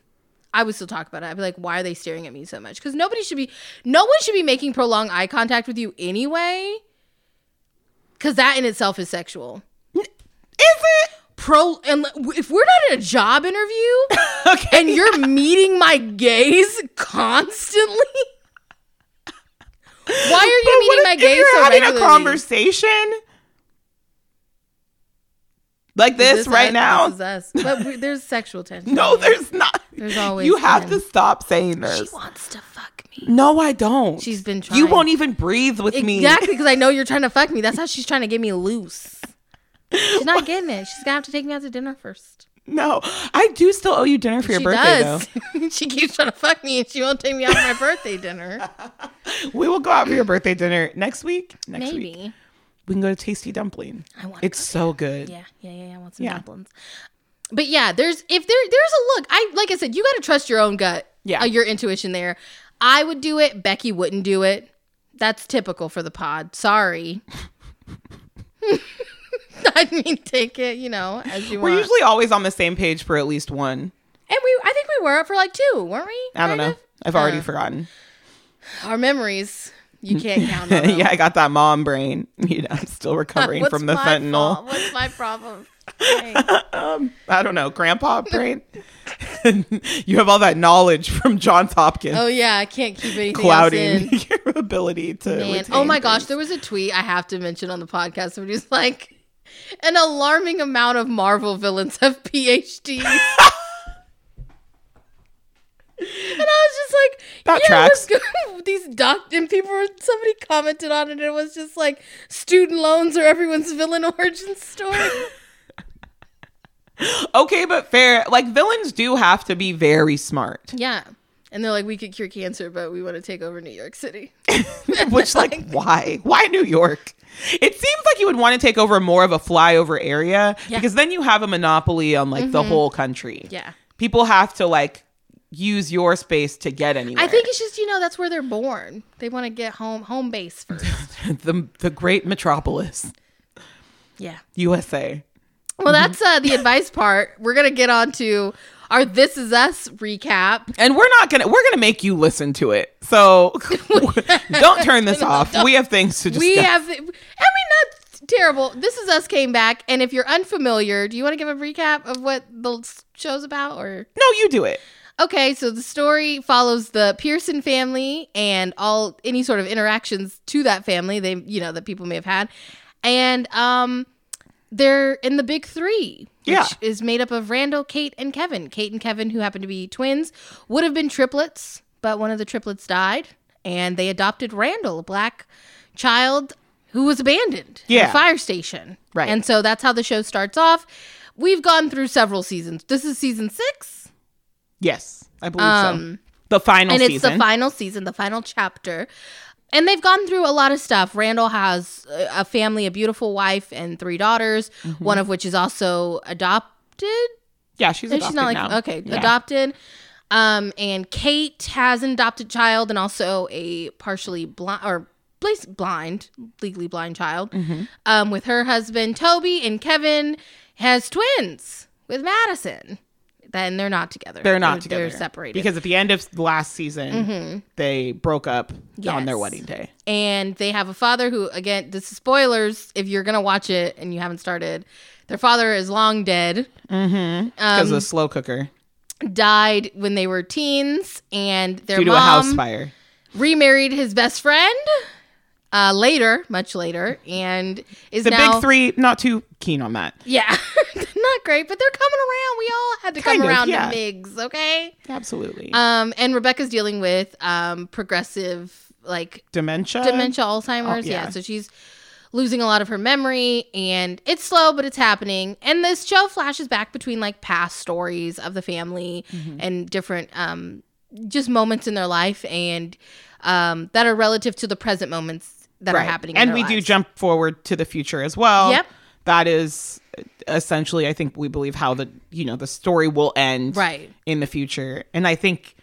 Speaker 2: I would still talk about it. I'd be like, why are they staring at me so much? Because nobody should be, no one should be making prolonged eye contact with you anyway. Because that in itself is sexual.
Speaker 1: Is it?
Speaker 2: pro and if we're not in a job interview
Speaker 1: okay.
Speaker 2: and you're meeting my gaze constantly, why are
Speaker 1: But
Speaker 2: you
Speaker 1: what
Speaker 2: meeting
Speaker 1: if-
Speaker 2: my
Speaker 1: if
Speaker 2: gaze
Speaker 1: you're
Speaker 2: so
Speaker 1: having
Speaker 2: regularly?
Speaker 1: a conversation like this,
Speaker 2: Is
Speaker 1: right
Speaker 2: us?
Speaker 1: now.
Speaker 2: This is us. But we, there's sexual tension.
Speaker 1: no, there's not.
Speaker 2: There's always
Speaker 1: You have to
Speaker 2: been.
Speaker 1: stop saying
Speaker 2: She
Speaker 1: this.
Speaker 2: wants to fuck me.
Speaker 1: No, I don't.
Speaker 2: She's been
Speaker 1: You
Speaker 2: trying.
Speaker 1: won't even breathe with me.
Speaker 2: Exactly, because I know you're trying to fuck me. That's how she's trying to get me loose. She's not getting it. She's gonna have to take me out to dinner first.
Speaker 1: No, I do still owe you dinner for your
Speaker 2: she
Speaker 1: birthday,
Speaker 2: does. she keeps trying to fuck me, and she won't take me out for my birthday dinner.
Speaker 1: though. We will go out for your birthday dinner next week. Next week.
Speaker 2: Maybe.
Speaker 1: We can go to Tasty Dumpling.
Speaker 2: I want.
Speaker 1: It's so good.
Speaker 2: yeah, yeah, yeah, yeah. I want some
Speaker 1: Yeah.
Speaker 2: dumplings. But yeah, there's if there there's a look. I like I said, you gotta trust your own gut.
Speaker 1: Yeah.
Speaker 2: uh, your intuition there. I would do it. Becky wouldn't do it. That's typical for the pod. Sorry. I mean, take it, you know, as you
Speaker 1: We're
Speaker 2: want.
Speaker 1: usually always on the same page for at least one.
Speaker 2: And we, I think we were up for like two, weren't we?
Speaker 1: I don't
Speaker 2: Kind
Speaker 1: know.
Speaker 2: of?
Speaker 1: I've already
Speaker 2: Uh,
Speaker 1: forgotten.
Speaker 2: Our memories, you can't count on.
Speaker 1: yeah, I got that mom brain. You know, I'm still recovering
Speaker 2: What's
Speaker 1: from the
Speaker 2: my
Speaker 1: fentanyl.
Speaker 2: fault? What's my problem? Hey.
Speaker 1: Um, I don't know, grandpa brain. you have all that knowledge from Johns Hopkins
Speaker 2: oh yeah, I can't keep anything else
Speaker 1: clouding
Speaker 2: in.
Speaker 1: your ability to.
Speaker 2: Man,
Speaker 1: retain
Speaker 2: oh my gosh,
Speaker 1: things.
Speaker 2: there was a tweet I have to mention on the podcast. Somebody was like, an alarming amount of Marvel villains have PhDs. and I was just like,
Speaker 1: That
Speaker 2: yeah,
Speaker 1: tracks.
Speaker 2: what's good? These doc and people were somebody commented on it and it was just like student loans are everyone's villain origin story.
Speaker 1: Okay, but fair. Like villains do have to be very smart,
Speaker 2: yeah. And they're like, we could cure cancer, but we want to take over New York City.
Speaker 1: which like why? Why New York? It seems like you would want to take over more of a flyover area
Speaker 2: Yeah. Mm-hmm.
Speaker 1: because then you have a monopoly on like the whole country.
Speaker 2: Yeah.
Speaker 1: people have to like use your space to get anywhere.
Speaker 2: I think it's just, you know, that's where they're born. They want to get home home base first.
Speaker 1: the the great metropolis,
Speaker 2: Yeah.
Speaker 1: USA.
Speaker 2: Well, that's uh, the advice part. We're gonna get on to our "This Is Us" recap.
Speaker 1: and we're not gonna we're gonna make you listen to it so don't turn this off we have things to discuss
Speaker 2: We have, I mean, not terrible. "This Is Us" came back, and if you're unfamiliar, do you want to give a recap of what the show's about? Or
Speaker 1: no you do it
Speaker 2: okay, so the story follows the Pearson family and all any sort of interactions to that family they you know that people may have had, and um, they're in the big three. Which
Speaker 1: Yeah.
Speaker 2: is made up of Randall, Kate, and Kevin. Kate and Kevin, who happen to be twins, would have been triplets, but one of the triplets died, and they adopted Randall, a black child who was abandoned in
Speaker 1: Yeah.
Speaker 2: a fire station.
Speaker 1: Right.
Speaker 2: And so that's how the show starts off. We've gone through several seasons. This is season six
Speaker 1: yes i believe
Speaker 2: Um,
Speaker 1: so the final
Speaker 2: and it's
Speaker 1: season
Speaker 2: the final season, the final chapter. And they've gone through a lot of stuff. Randall has a a family, a beautiful wife, and three daughters,
Speaker 1: Mm-hmm.
Speaker 2: one of which is also adopted.
Speaker 1: yeah she's,
Speaker 2: And she's not like
Speaker 1: adopted now.
Speaker 2: okay,
Speaker 1: Yeah.
Speaker 2: adopted. Um, and Kate has an adopted child and also a partially blind or place blind, legally blind child.
Speaker 1: Mm-hmm.
Speaker 2: Um, with her husband Toby and Kevin has twins with Madison. Then they're not together.
Speaker 1: they're not together
Speaker 2: They're separated. Mm-hmm.
Speaker 1: because at the end of the last season they broke up on their
Speaker 2: Yes.
Speaker 1: wedding day
Speaker 2: and they have a father who again this is spoilers if you're gonna watch it and you haven't started their father is long dead
Speaker 1: because
Speaker 2: Um,
Speaker 1: of the slow cooker
Speaker 2: died when they were teens and their
Speaker 1: due to a house
Speaker 2: mom
Speaker 1: fire
Speaker 2: remarried his best friend uh, later much later and is
Speaker 1: the
Speaker 2: now
Speaker 1: big three not too keen on that
Speaker 2: yeah not great but they're coming around we all had to
Speaker 1: Kind
Speaker 2: come
Speaker 1: of,
Speaker 2: around
Speaker 1: yeah.
Speaker 2: to migs okay
Speaker 1: absolutely
Speaker 2: um and rebecca's dealing with um progressive like
Speaker 1: dementia
Speaker 2: dementia, Alzheimer's.
Speaker 1: Um, oh,
Speaker 2: yeah.
Speaker 1: yeah.
Speaker 2: So she's losing a lot of her memory and it's slow, but it's happening. And this show flashes back between like past stories of the family
Speaker 1: Mm-hmm.
Speaker 2: and different, um, just moments in their life and um, that are relative to the present moments that are happening. in
Speaker 1: And
Speaker 2: their
Speaker 1: we do
Speaker 2: lives.
Speaker 1: jump forward to the future as well.
Speaker 2: Yep.
Speaker 1: That is essentially, I think we believe how the you know the story will end
Speaker 2: Right.
Speaker 1: in the future, and I think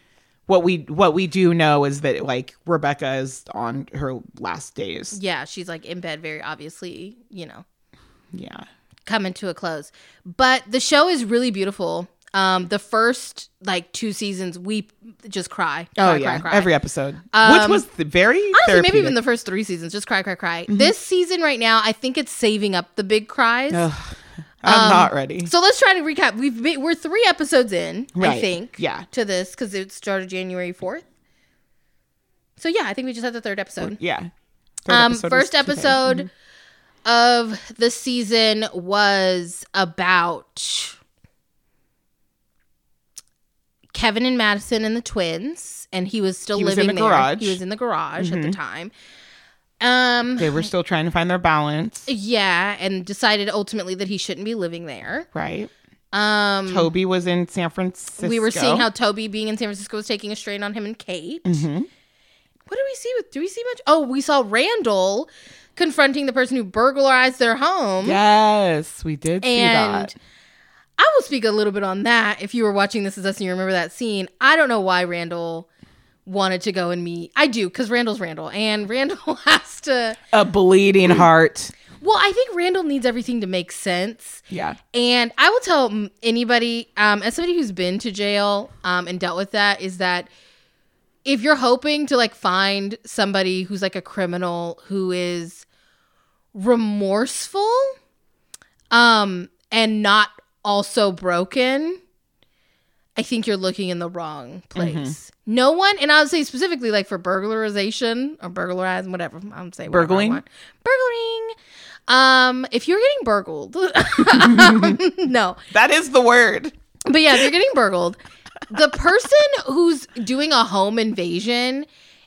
Speaker 1: what we what we do know is that like Rebecca is on her last days.
Speaker 2: Yeah. She's like in bed, very obviously, you know,
Speaker 1: Yeah,
Speaker 2: coming to a close. But the show is really beautiful. Um, the first like two seasons, we just cry.
Speaker 1: oh
Speaker 2: cry,
Speaker 1: yeah,
Speaker 2: cry, cry.
Speaker 1: every episode, which
Speaker 2: Um,
Speaker 1: was th- very
Speaker 2: Honestly, maybe
Speaker 1: therapeutic.
Speaker 2: even the first
Speaker 1: Mm-hmm.
Speaker 2: three seasons, just cry, cry, cry. This season right now, I think it's saving up the big cries.
Speaker 1: Ugh. I'm not ready.
Speaker 2: So let's try to recap. We've been, we're three episodes in, I
Speaker 1: Right.
Speaker 2: think.
Speaker 1: Yeah.
Speaker 2: To this because it started January fourth. So yeah, I think we just had the third episode.
Speaker 1: Yeah. Third
Speaker 2: Um,
Speaker 1: episode
Speaker 2: first
Speaker 1: is today.
Speaker 2: episode
Speaker 1: Mm-hmm.
Speaker 2: of the season was about Kevin and Madison and the twins, and he was still
Speaker 1: He was in
Speaker 2: living
Speaker 1: the
Speaker 2: there.
Speaker 1: garage. Mm-hmm.
Speaker 2: He was in the garage at the time. Um,
Speaker 1: They were still trying to find their balance,
Speaker 2: yeah, and decided ultimately that he shouldn't be living there.
Speaker 1: right?
Speaker 2: Um,
Speaker 1: Toby was in San Francisco.
Speaker 2: we were seeing how Toby being in San Francisco was taking a strain on him and Kate.
Speaker 1: Mhm.
Speaker 2: What do we see with? Do we see much? Oh, we saw Randall confronting the person who burglarized their home.
Speaker 1: Yes, we did see
Speaker 2: And
Speaker 1: that.
Speaker 2: I will speak a little bit on that. If you were watching This Is Us and you remember that scene, I don't know why Randall wanted to go and meet. I do because Randall's Randall, and Randall has to.
Speaker 1: A bleeding heart.
Speaker 2: Well, I think Randall needs everything to make sense.
Speaker 1: Yeah.
Speaker 2: And I will tell m- anybody, um, as somebody who's been to jail um, and dealt with that, is that if you're hoping to like find somebody who's like a criminal who is remorseful um, and not also broken, I think you're looking in the wrong place. No one, and I would say specifically like for burglarization or burglarizing, whatever. I'm saying whatever I
Speaker 1: Burgling?
Speaker 2: want. burgling. Um, if you're getting burgled, um, no,
Speaker 1: That is the word.
Speaker 2: but yeah, if you're getting burgled, the person who's doing a home invasion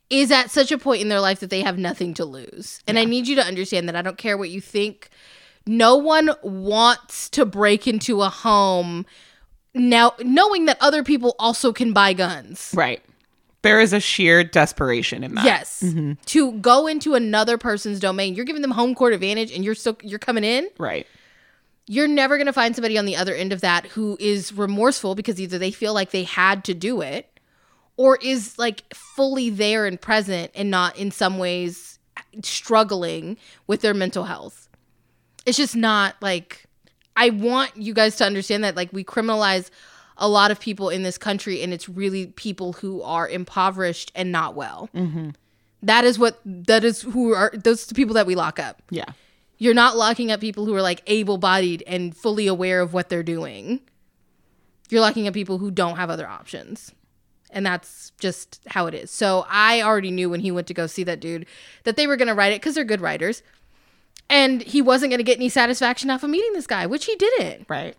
Speaker 2: is at such a point in their life that they have nothing to lose. And I need you to understand that I don't care what you think. No one wants to break into a home now knowing that other people also can buy guns.
Speaker 1: Right. There is a sheer desperation in that.
Speaker 2: Yes. To go into another person's domain, you're giving them home court advantage and you're still you're coming in.
Speaker 1: Right.
Speaker 2: you're never going to find somebody on the other end of that who is remorseful because either they feel like they had to do it or is like fully there and present and not in some ways struggling with their mental health. It's just not like I want you guys to understand that like we criminalize a lot of people in this country and it's really people who are impoverished and not well. That is what that is who are those the people that we lock up
Speaker 1: Yeah.
Speaker 2: you're not locking up people who are like able bodied and fully aware of what they're doing. You're locking up people who don't have other options. And that's just how it is. So I already knew when he went to go see that dude that they were going to write it because they're good writers. And he wasn't going to get any satisfaction off of meeting this guy, which he didn't.
Speaker 1: Right.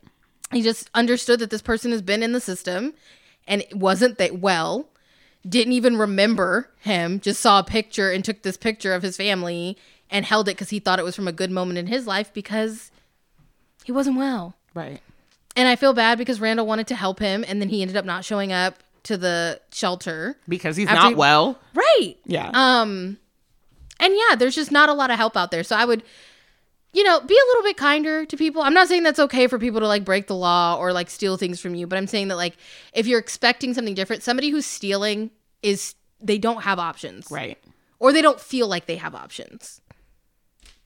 Speaker 2: He just understood that this person has been in the system and it wasn't that well, didn't even remember him, just saw a picture and took this picture of his family and held it because he thought it was from a good moment in his life because he wasn't well.
Speaker 1: Right.
Speaker 2: And I feel bad because Randall wanted to help him and then he ended up not showing up to the shelter.
Speaker 1: Because he's
Speaker 2: After
Speaker 1: not
Speaker 2: you-
Speaker 1: well.
Speaker 2: Right.
Speaker 1: Yeah.
Speaker 2: Um, and yeah, there's just not a lot of help out there. So I would, you know, be a little bit kinder to people. I'm not saying that's okay for people to like break the law or like steal things from you, but I'm saying that like if you're expecting something different, somebody who's stealing is they don't have options,
Speaker 1: right.
Speaker 2: Or they don't feel like they have options,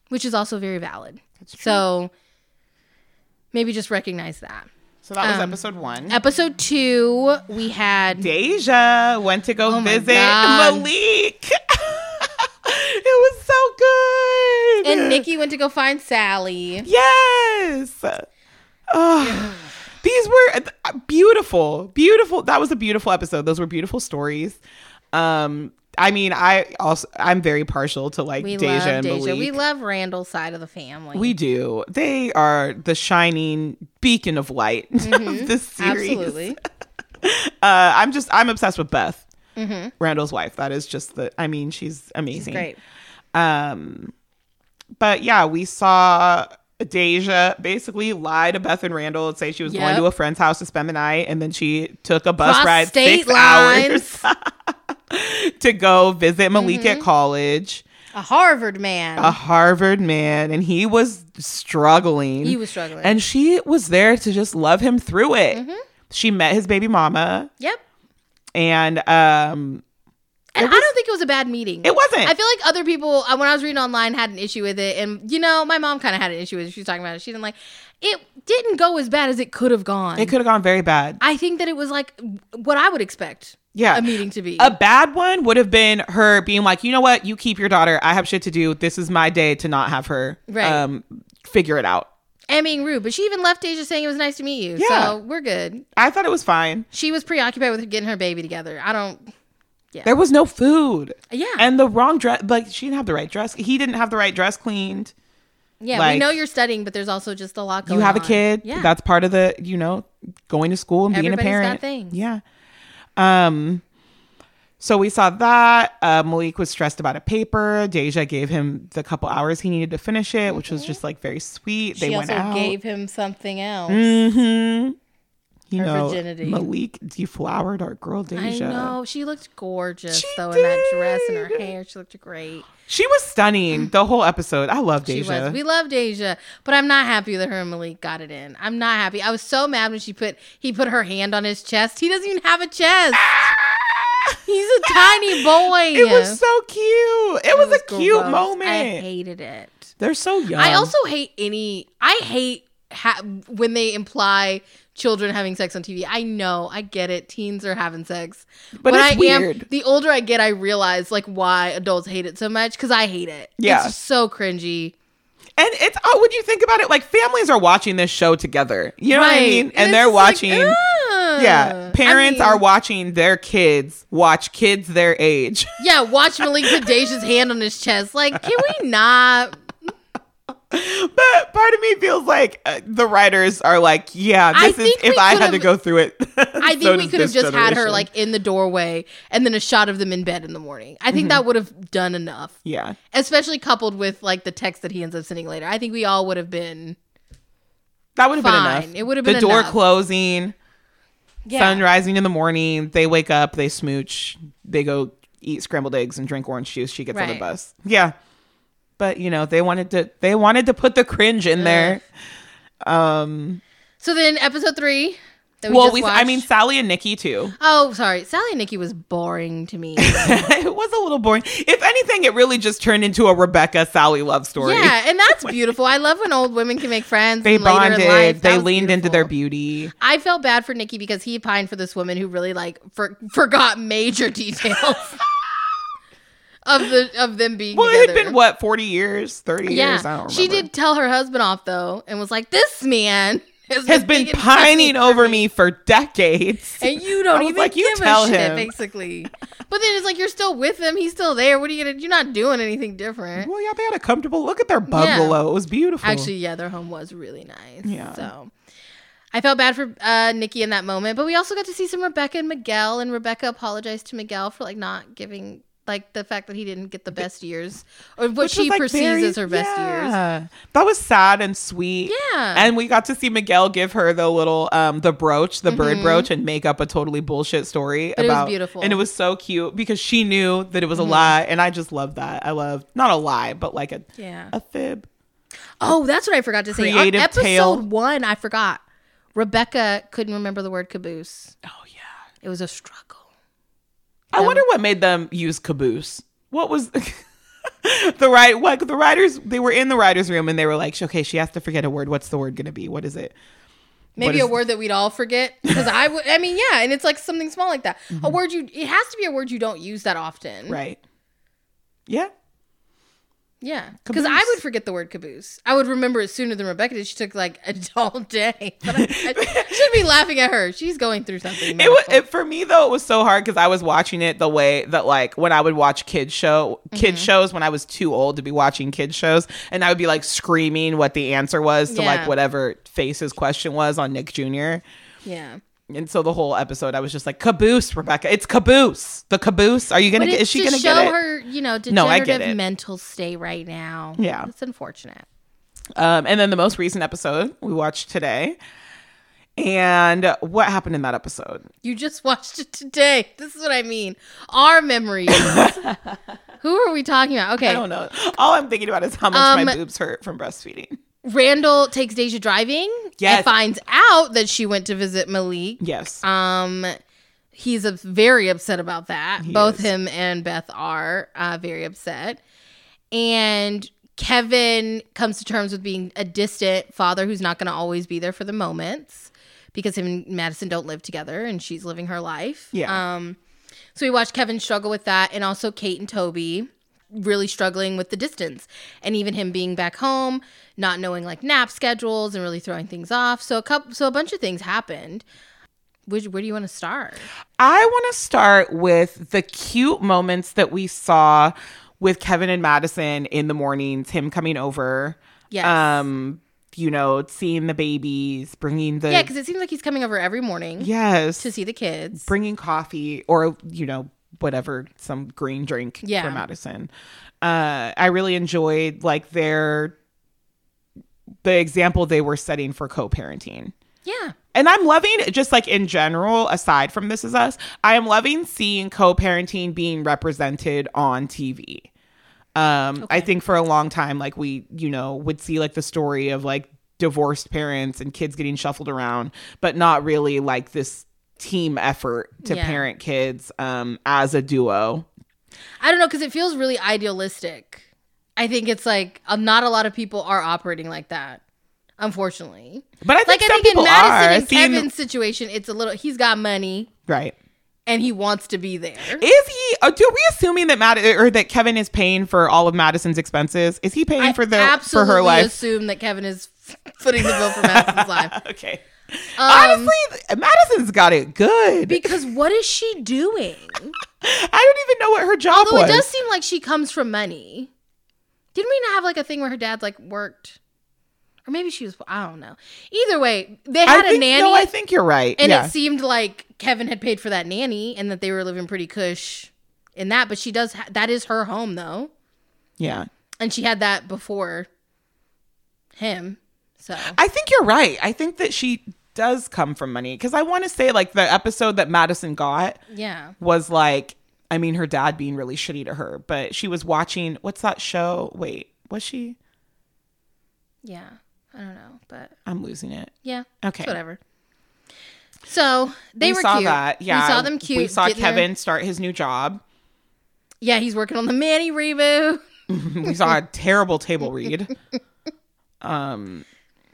Speaker 2: which is also very valid. So maybe just recognize that.
Speaker 1: So that was
Speaker 2: um,
Speaker 1: episode one.
Speaker 2: Episode two, we had
Speaker 1: Deja went to go
Speaker 2: Oh my
Speaker 1: visit
Speaker 2: God.
Speaker 1: Malik. it was so good.
Speaker 2: and Nikki went to go find Sally.
Speaker 1: Yes. Oh, these were uh, beautiful, beautiful. That was a beautiful episode. Those were beautiful stories. Um, I mean, I also I'm very partial to like
Speaker 2: We
Speaker 1: Deja
Speaker 2: love
Speaker 1: and
Speaker 2: Deja.
Speaker 1: Malik.
Speaker 2: We love Randall's side of the family.
Speaker 1: We do. They are the shining beacon of light of this series.
Speaker 2: Mm-hmm. absolutely.
Speaker 1: Uh, I'm just I'm obsessed with Beth, Randall's wife. That is just the. I mean, she's amazing.
Speaker 2: Mm-hmm. Great.
Speaker 1: But yeah, we saw Deja basically lie to Beth and Randall and say she was going
Speaker 2: Yep.
Speaker 1: to a friend's house to spend the night, and then she took a bus
Speaker 2: Cross
Speaker 1: ride
Speaker 2: state
Speaker 1: six
Speaker 2: lines.
Speaker 1: hours to go visit Malik
Speaker 2: Mm-hmm.
Speaker 1: at college,
Speaker 2: A Harvard man.
Speaker 1: a Harvard man, and he was struggling.
Speaker 2: he was struggling.
Speaker 1: and she was there to just love him through it.
Speaker 2: Mm-hmm.
Speaker 1: She met his baby mama,
Speaker 2: yep.
Speaker 1: and um,
Speaker 2: And I don't think it was a bad meeting.
Speaker 1: it wasn't.
Speaker 2: I feel like other people, uh, when I was reading online, had an issue with it. And, you know, my mom kind of had an issue with it. She was talking about it. She didn't like it. Didn't go as bad as it could have gone.
Speaker 1: it could have gone very bad.
Speaker 2: I think that it was like w- what I would expect
Speaker 1: Yeah.
Speaker 2: a meeting to be.
Speaker 1: A bad one would have been her being like, you know what, you keep your daughter. I have shit to do. This is my day to not have her
Speaker 2: Right.
Speaker 1: um, figure it out.
Speaker 2: and being rude. But she even left Asia saying it was nice to meet you.
Speaker 1: Yeah.
Speaker 2: So we're good.
Speaker 1: I thought it was fine.
Speaker 2: She was preoccupied with getting her baby together. I don't.
Speaker 1: There was no food.
Speaker 2: Yeah.
Speaker 1: And the wrong dress, like she didn't have the right dress. He didn't have the right dress cleaned.
Speaker 2: yeah.
Speaker 1: like-
Speaker 2: we know you're studying, but there's also just a lot going
Speaker 1: You have a
Speaker 2: on.
Speaker 1: kid.
Speaker 2: Yeah.
Speaker 1: That's part of the, you know, going to school and being a
Speaker 2: Everybody's got
Speaker 1: parent.
Speaker 2: things.
Speaker 1: Yeah. Um so we saw that uh, Malik was stressed about a paper. Deja gave him the couple hours he needed to finish it, which was just like very sweet. They
Speaker 2: Mm-hmm. she
Speaker 1: went
Speaker 2: also
Speaker 1: out. Mm.
Speaker 2: gave him something else.
Speaker 1: Mm-hmm. you
Speaker 2: her
Speaker 1: know,
Speaker 2: virginity.
Speaker 1: Malik deflowered our girl
Speaker 2: I
Speaker 1: Deja.
Speaker 2: know. She looked gorgeous,
Speaker 1: She
Speaker 2: though, in that dress and her hair. She looked great.
Speaker 1: She was stunning the whole episode. I love Deja.
Speaker 2: She was. We love Deja, but I'm not happy that her and Malik got it in. I'm not happy. I was so mad when she put he put her hand on his chest. He doesn't even have a chest. He's a tiny boy.
Speaker 1: It was so cute. It, was, a cute
Speaker 2: gross.
Speaker 1: moment. Um,
Speaker 2: I hated it.
Speaker 1: They're so young.
Speaker 2: I also hate any. I hate ha- when they imply children having sex on TV. I know. I get it. Teens are having sex,
Speaker 1: But
Speaker 2: When
Speaker 1: it's
Speaker 2: I
Speaker 1: weird.
Speaker 2: the older I get, I realize like why adults hate it so much because I hate it.
Speaker 1: Yeah.
Speaker 2: it's so cringy.
Speaker 1: and it's oh, when you think about it, like families are watching this show together. You know what I
Speaker 2: Right.
Speaker 1: mean? And,
Speaker 2: it's
Speaker 1: they're
Speaker 2: just
Speaker 1: watching.
Speaker 2: like, "Ugh."
Speaker 1: yeah, parents
Speaker 2: I mean,
Speaker 1: are watching their kids watch kids their age.
Speaker 2: Yeah, watch Malik put Deja's hand on his chest. Like, can we not?
Speaker 1: but part of me feels like uh, the writers are like, yeah,
Speaker 2: I
Speaker 1: this is
Speaker 2: think
Speaker 1: if
Speaker 2: we
Speaker 1: I had to
Speaker 2: could've-
Speaker 1: go through it.
Speaker 2: I think we could have just had her like in the doorway and then a shot of them in bed in the morning. I think
Speaker 1: Mm-hmm.
Speaker 2: that would have done enough,
Speaker 1: yeah,
Speaker 2: especially coupled with like the text that he ends up sending later. I think we all would have been
Speaker 1: that would have been
Speaker 2: fine.
Speaker 1: enough.
Speaker 2: It would have
Speaker 1: the
Speaker 2: been
Speaker 1: door
Speaker 2: enough.
Speaker 1: closing,
Speaker 2: Yeah.
Speaker 1: sun rising in the morning. They wake up, they smooch, they go eat scrambled eggs and drink orange juice. She gets on the
Speaker 2: Right.
Speaker 1: bus. Yeah, but you know they wanted to they wanted to put the cringe in there.
Speaker 2: So then, episode three. That we
Speaker 1: well,
Speaker 2: just
Speaker 1: we I mean
Speaker 2: watched-
Speaker 1: Sally and Nikki too.
Speaker 2: oh, sorry, Sally and Nikki was boring to me.
Speaker 1: it was a little boring. If anything, it really just turned into a Rebecca Sally love story.
Speaker 2: Yeah, and that's beautiful. I love when old women can make friends.
Speaker 1: They
Speaker 2: and later in
Speaker 1: bonded.
Speaker 2: life. That
Speaker 1: They
Speaker 2: was
Speaker 1: leaned into their
Speaker 2: beautiful.
Speaker 1: beauty.
Speaker 2: I felt bad for Nikki because he pined for this woman who really like for, forgot major details of the of them being.
Speaker 1: Well, it
Speaker 2: together.
Speaker 1: had been what forty years, thirty
Speaker 2: Yeah,
Speaker 1: years. I don't remember.
Speaker 2: she did tell her husband off though, and was like, "This man has,
Speaker 1: has been
Speaker 2: being
Speaker 1: pining
Speaker 2: pining
Speaker 1: over me for decades.
Speaker 2: and you
Speaker 1: I
Speaker 2: don't
Speaker 1: was
Speaker 2: even
Speaker 1: like, you
Speaker 2: give
Speaker 1: tell
Speaker 2: a shit,
Speaker 1: him.
Speaker 2: basically." But then it's like you're still with him; he's still there. What are you gonna? You're not doing anything different.
Speaker 1: Well, yeah, they had a comfortable look at their bungalow. It was beautiful.
Speaker 2: Actually, yeah, their home was really nice.
Speaker 1: Yeah.
Speaker 2: So I felt bad for uh, Nikki in that moment, but we also got to see some Rebecca and Miguel, and Rebecca apologized to Miguel for like not giving like the fact that he didn't get the best years or what
Speaker 1: Which was,
Speaker 2: she
Speaker 1: like,
Speaker 2: perceives
Speaker 1: very-
Speaker 2: as her best years.
Speaker 1: yeah. That was sad and sweet.
Speaker 2: Yeah.
Speaker 1: And we got to see Miguel give her the little um the brooch, the bird brooch, and make up a totally bullshit story
Speaker 2: Mm-hmm. it was
Speaker 1: about
Speaker 2: beautiful. Mm-hmm.
Speaker 1: And it was so cute because she knew that it was a lie, and I just love that. I love not a lie, but like a
Speaker 2: Yeah.
Speaker 1: a fib.
Speaker 2: Oh, that's what I forgot to say. On
Speaker 1: Creative
Speaker 2: episode
Speaker 1: tale.
Speaker 2: one, I forgot. Rebecca couldn't remember the word caboose.
Speaker 1: Oh yeah.
Speaker 2: It was a struggle.
Speaker 1: I wonder what made them use caboose. What was the right? What the writers? They were in the writers' room and they were like, "Okay, she has to forget a word. What's the word going to be? What is it?"
Speaker 2: Maybe
Speaker 1: is-
Speaker 2: a word that we'd all forget because I would. I mean, yeah, and it's like something small like that. A
Speaker 1: Mm-hmm.
Speaker 2: word you. It has to be a word you don't use that often.
Speaker 1: Right. Yeah.
Speaker 2: Yeah, because I would
Speaker 1: Caboose.
Speaker 2: forget the word caboose. I would remember it sooner than Rebecca did. She took like a all day. But I, I should be laughing at her. She's going through something.
Speaker 1: It was
Speaker 2: medical.
Speaker 1: it, for me though. It was so hard because I was watching it the way that like when I would watch kids show
Speaker 2: Mm-hmm.
Speaker 1: kids shows when I was too old to be watching kids shows, and I would be like screaming what the answer was to like
Speaker 2: Yeah.
Speaker 1: whatever Face's question was on Nick Jr.
Speaker 2: yeah,
Speaker 1: And so the whole episode, I was just like caboose, Rebecca. It's caboose. The caboose. Are you gonna
Speaker 2: but
Speaker 1: get?
Speaker 2: it's
Speaker 1: Is she
Speaker 2: to
Speaker 1: gonna
Speaker 2: show
Speaker 1: get it?
Speaker 2: her, you know, degenerative
Speaker 1: No, I get it.
Speaker 2: mental state right now.
Speaker 1: Yeah.
Speaker 2: it's unfortunate.
Speaker 1: Um, and then the most recent episode we watched today. And what happened in that episode?
Speaker 2: You just watched it today. This is what I mean. Our memories. Who are we talking about? Okay,
Speaker 1: I don't know. All I'm thinking about is how much my
Speaker 2: Um,
Speaker 1: boobs hurt from breastfeeding.
Speaker 2: Randall takes Deja driving
Speaker 1: Yes.
Speaker 2: and finds out that she went to visit Malik.
Speaker 1: Yes.
Speaker 2: Um, he's a, very upset about that. Both
Speaker 1: is.
Speaker 2: him and Beth are uh, very upset. And Kevin comes to terms with being a distant father who's not going to always be there for the moments because him and Madison don't live together and she's living her life.
Speaker 1: Yeah.
Speaker 2: Um, so we watched Kevin struggle with that and also Kate and Toby. really struggling with the distance and even him being back home, not knowing like nap schedules and really throwing things off. So a couple, so a bunch of things happened. Which, where do you want to start?
Speaker 1: I want to start with the cute moments that we saw with Kevin and Madison in the mornings, him coming over.
Speaker 2: Yes.
Speaker 1: Um, you know, seeing the babies, bringing the
Speaker 2: yeah, because it seems like he's coming over every morning
Speaker 1: yes,
Speaker 2: to see the kids.
Speaker 1: bringing coffee or you know whatever some green drink
Speaker 2: Yeah.
Speaker 1: for Madison. Uh, I really enjoyed like their the example they were setting for co-parenting.
Speaker 2: Yeah.
Speaker 1: And I'm loving just like in general, aside from This Is Us, I am loving seeing co-parenting being represented on TV. Um, I think for a long time, like we, you know, would see like the story of like divorced parents and kids getting shuffled around, but not really like this team effort to
Speaker 2: Yeah.
Speaker 1: parent kids um as a duo.
Speaker 2: I don't know because it feels really idealistic. I think it's like uh, not a lot of people are operating like that, unfortunately.
Speaker 1: But I
Speaker 2: Like
Speaker 1: think
Speaker 2: I
Speaker 1: some
Speaker 2: think in
Speaker 1: people
Speaker 2: Madison
Speaker 1: are
Speaker 2: and
Speaker 1: seeing-
Speaker 2: Kevin's situation, it's a little. He's got money
Speaker 1: right.
Speaker 2: and he wants to be there.
Speaker 1: Is he? Are we assuming that Matt or that Kevin is paying for all of Madison's expenses? Is he paying
Speaker 2: I
Speaker 1: for the for
Speaker 2: absolutely
Speaker 1: her life?
Speaker 2: assume that Kevin is footing the bill for Madison's life.
Speaker 1: okay.
Speaker 2: Um,
Speaker 1: Honestly, th- Madison's got it good.
Speaker 2: because what is she doing?
Speaker 1: I don't even know what her job
Speaker 2: Although it
Speaker 1: was.
Speaker 2: does seem like she comes from money. Didn't we not have like a thing where her dad like worked? Or maybe she was, I don't know. Either way, they
Speaker 1: I
Speaker 2: had
Speaker 1: think,
Speaker 2: a nanny.
Speaker 1: No, I think you're right.
Speaker 2: And
Speaker 1: yeah.
Speaker 2: it seemed like Kevin had paid for that nanny and that they were living pretty cush in that. But she does, ha- that is her home though.
Speaker 1: yeah.
Speaker 2: And she had that before him. So,
Speaker 1: I think you're right. I think that she does come from money because I want to say like the episode that Madison got
Speaker 2: yeah.
Speaker 1: was like, I mean, her dad being really shitty to her, but she was watching what's that show? Wait, was she?
Speaker 2: Yeah. I don't know. But
Speaker 1: I'm losing it.
Speaker 2: yeah.
Speaker 1: Okay.
Speaker 2: It's whatever. So they
Speaker 1: we
Speaker 2: were
Speaker 1: saw
Speaker 2: cute.
Speaker 1: that. Yeah,
Speaker 2: We saw them cute.
Speaker 1: We saw
Speaker 2: getting their-
Speaker 1: Kevin start his new job.
Speaker 2: yeah. He's working on the Manny reboot.
Speaker 1: we saw a terrible table read. Um,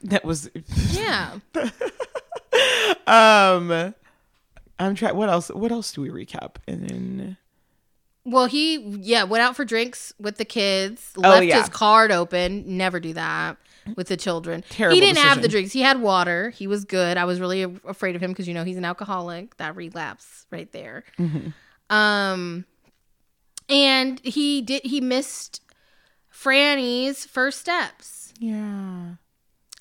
Speaker 1: that was
Speaker 2: Yeah.
Speaker 1: um i'm trying what else what else do we recap and then
Speaker 2: Well, he yeah went out for drinks with the kids.
Speaker 1: Oh,
Speaker 2: Left
Speaker 1: yeah.
Speaker 2: his card open. Never do that with the children.
Speaker 1: Terrible
Speaker 2: he didn't have the
Speaker 1: decision.
Speaker 2: drinks. He had water. He was good. I was really a- afraid of him because you know he's an alcoholic. That relapse right there.
Speaker 1: Mm-hmm.
Speaker 2: Um, and he did. He missed Franny's first steps,
Speaker 1: yeah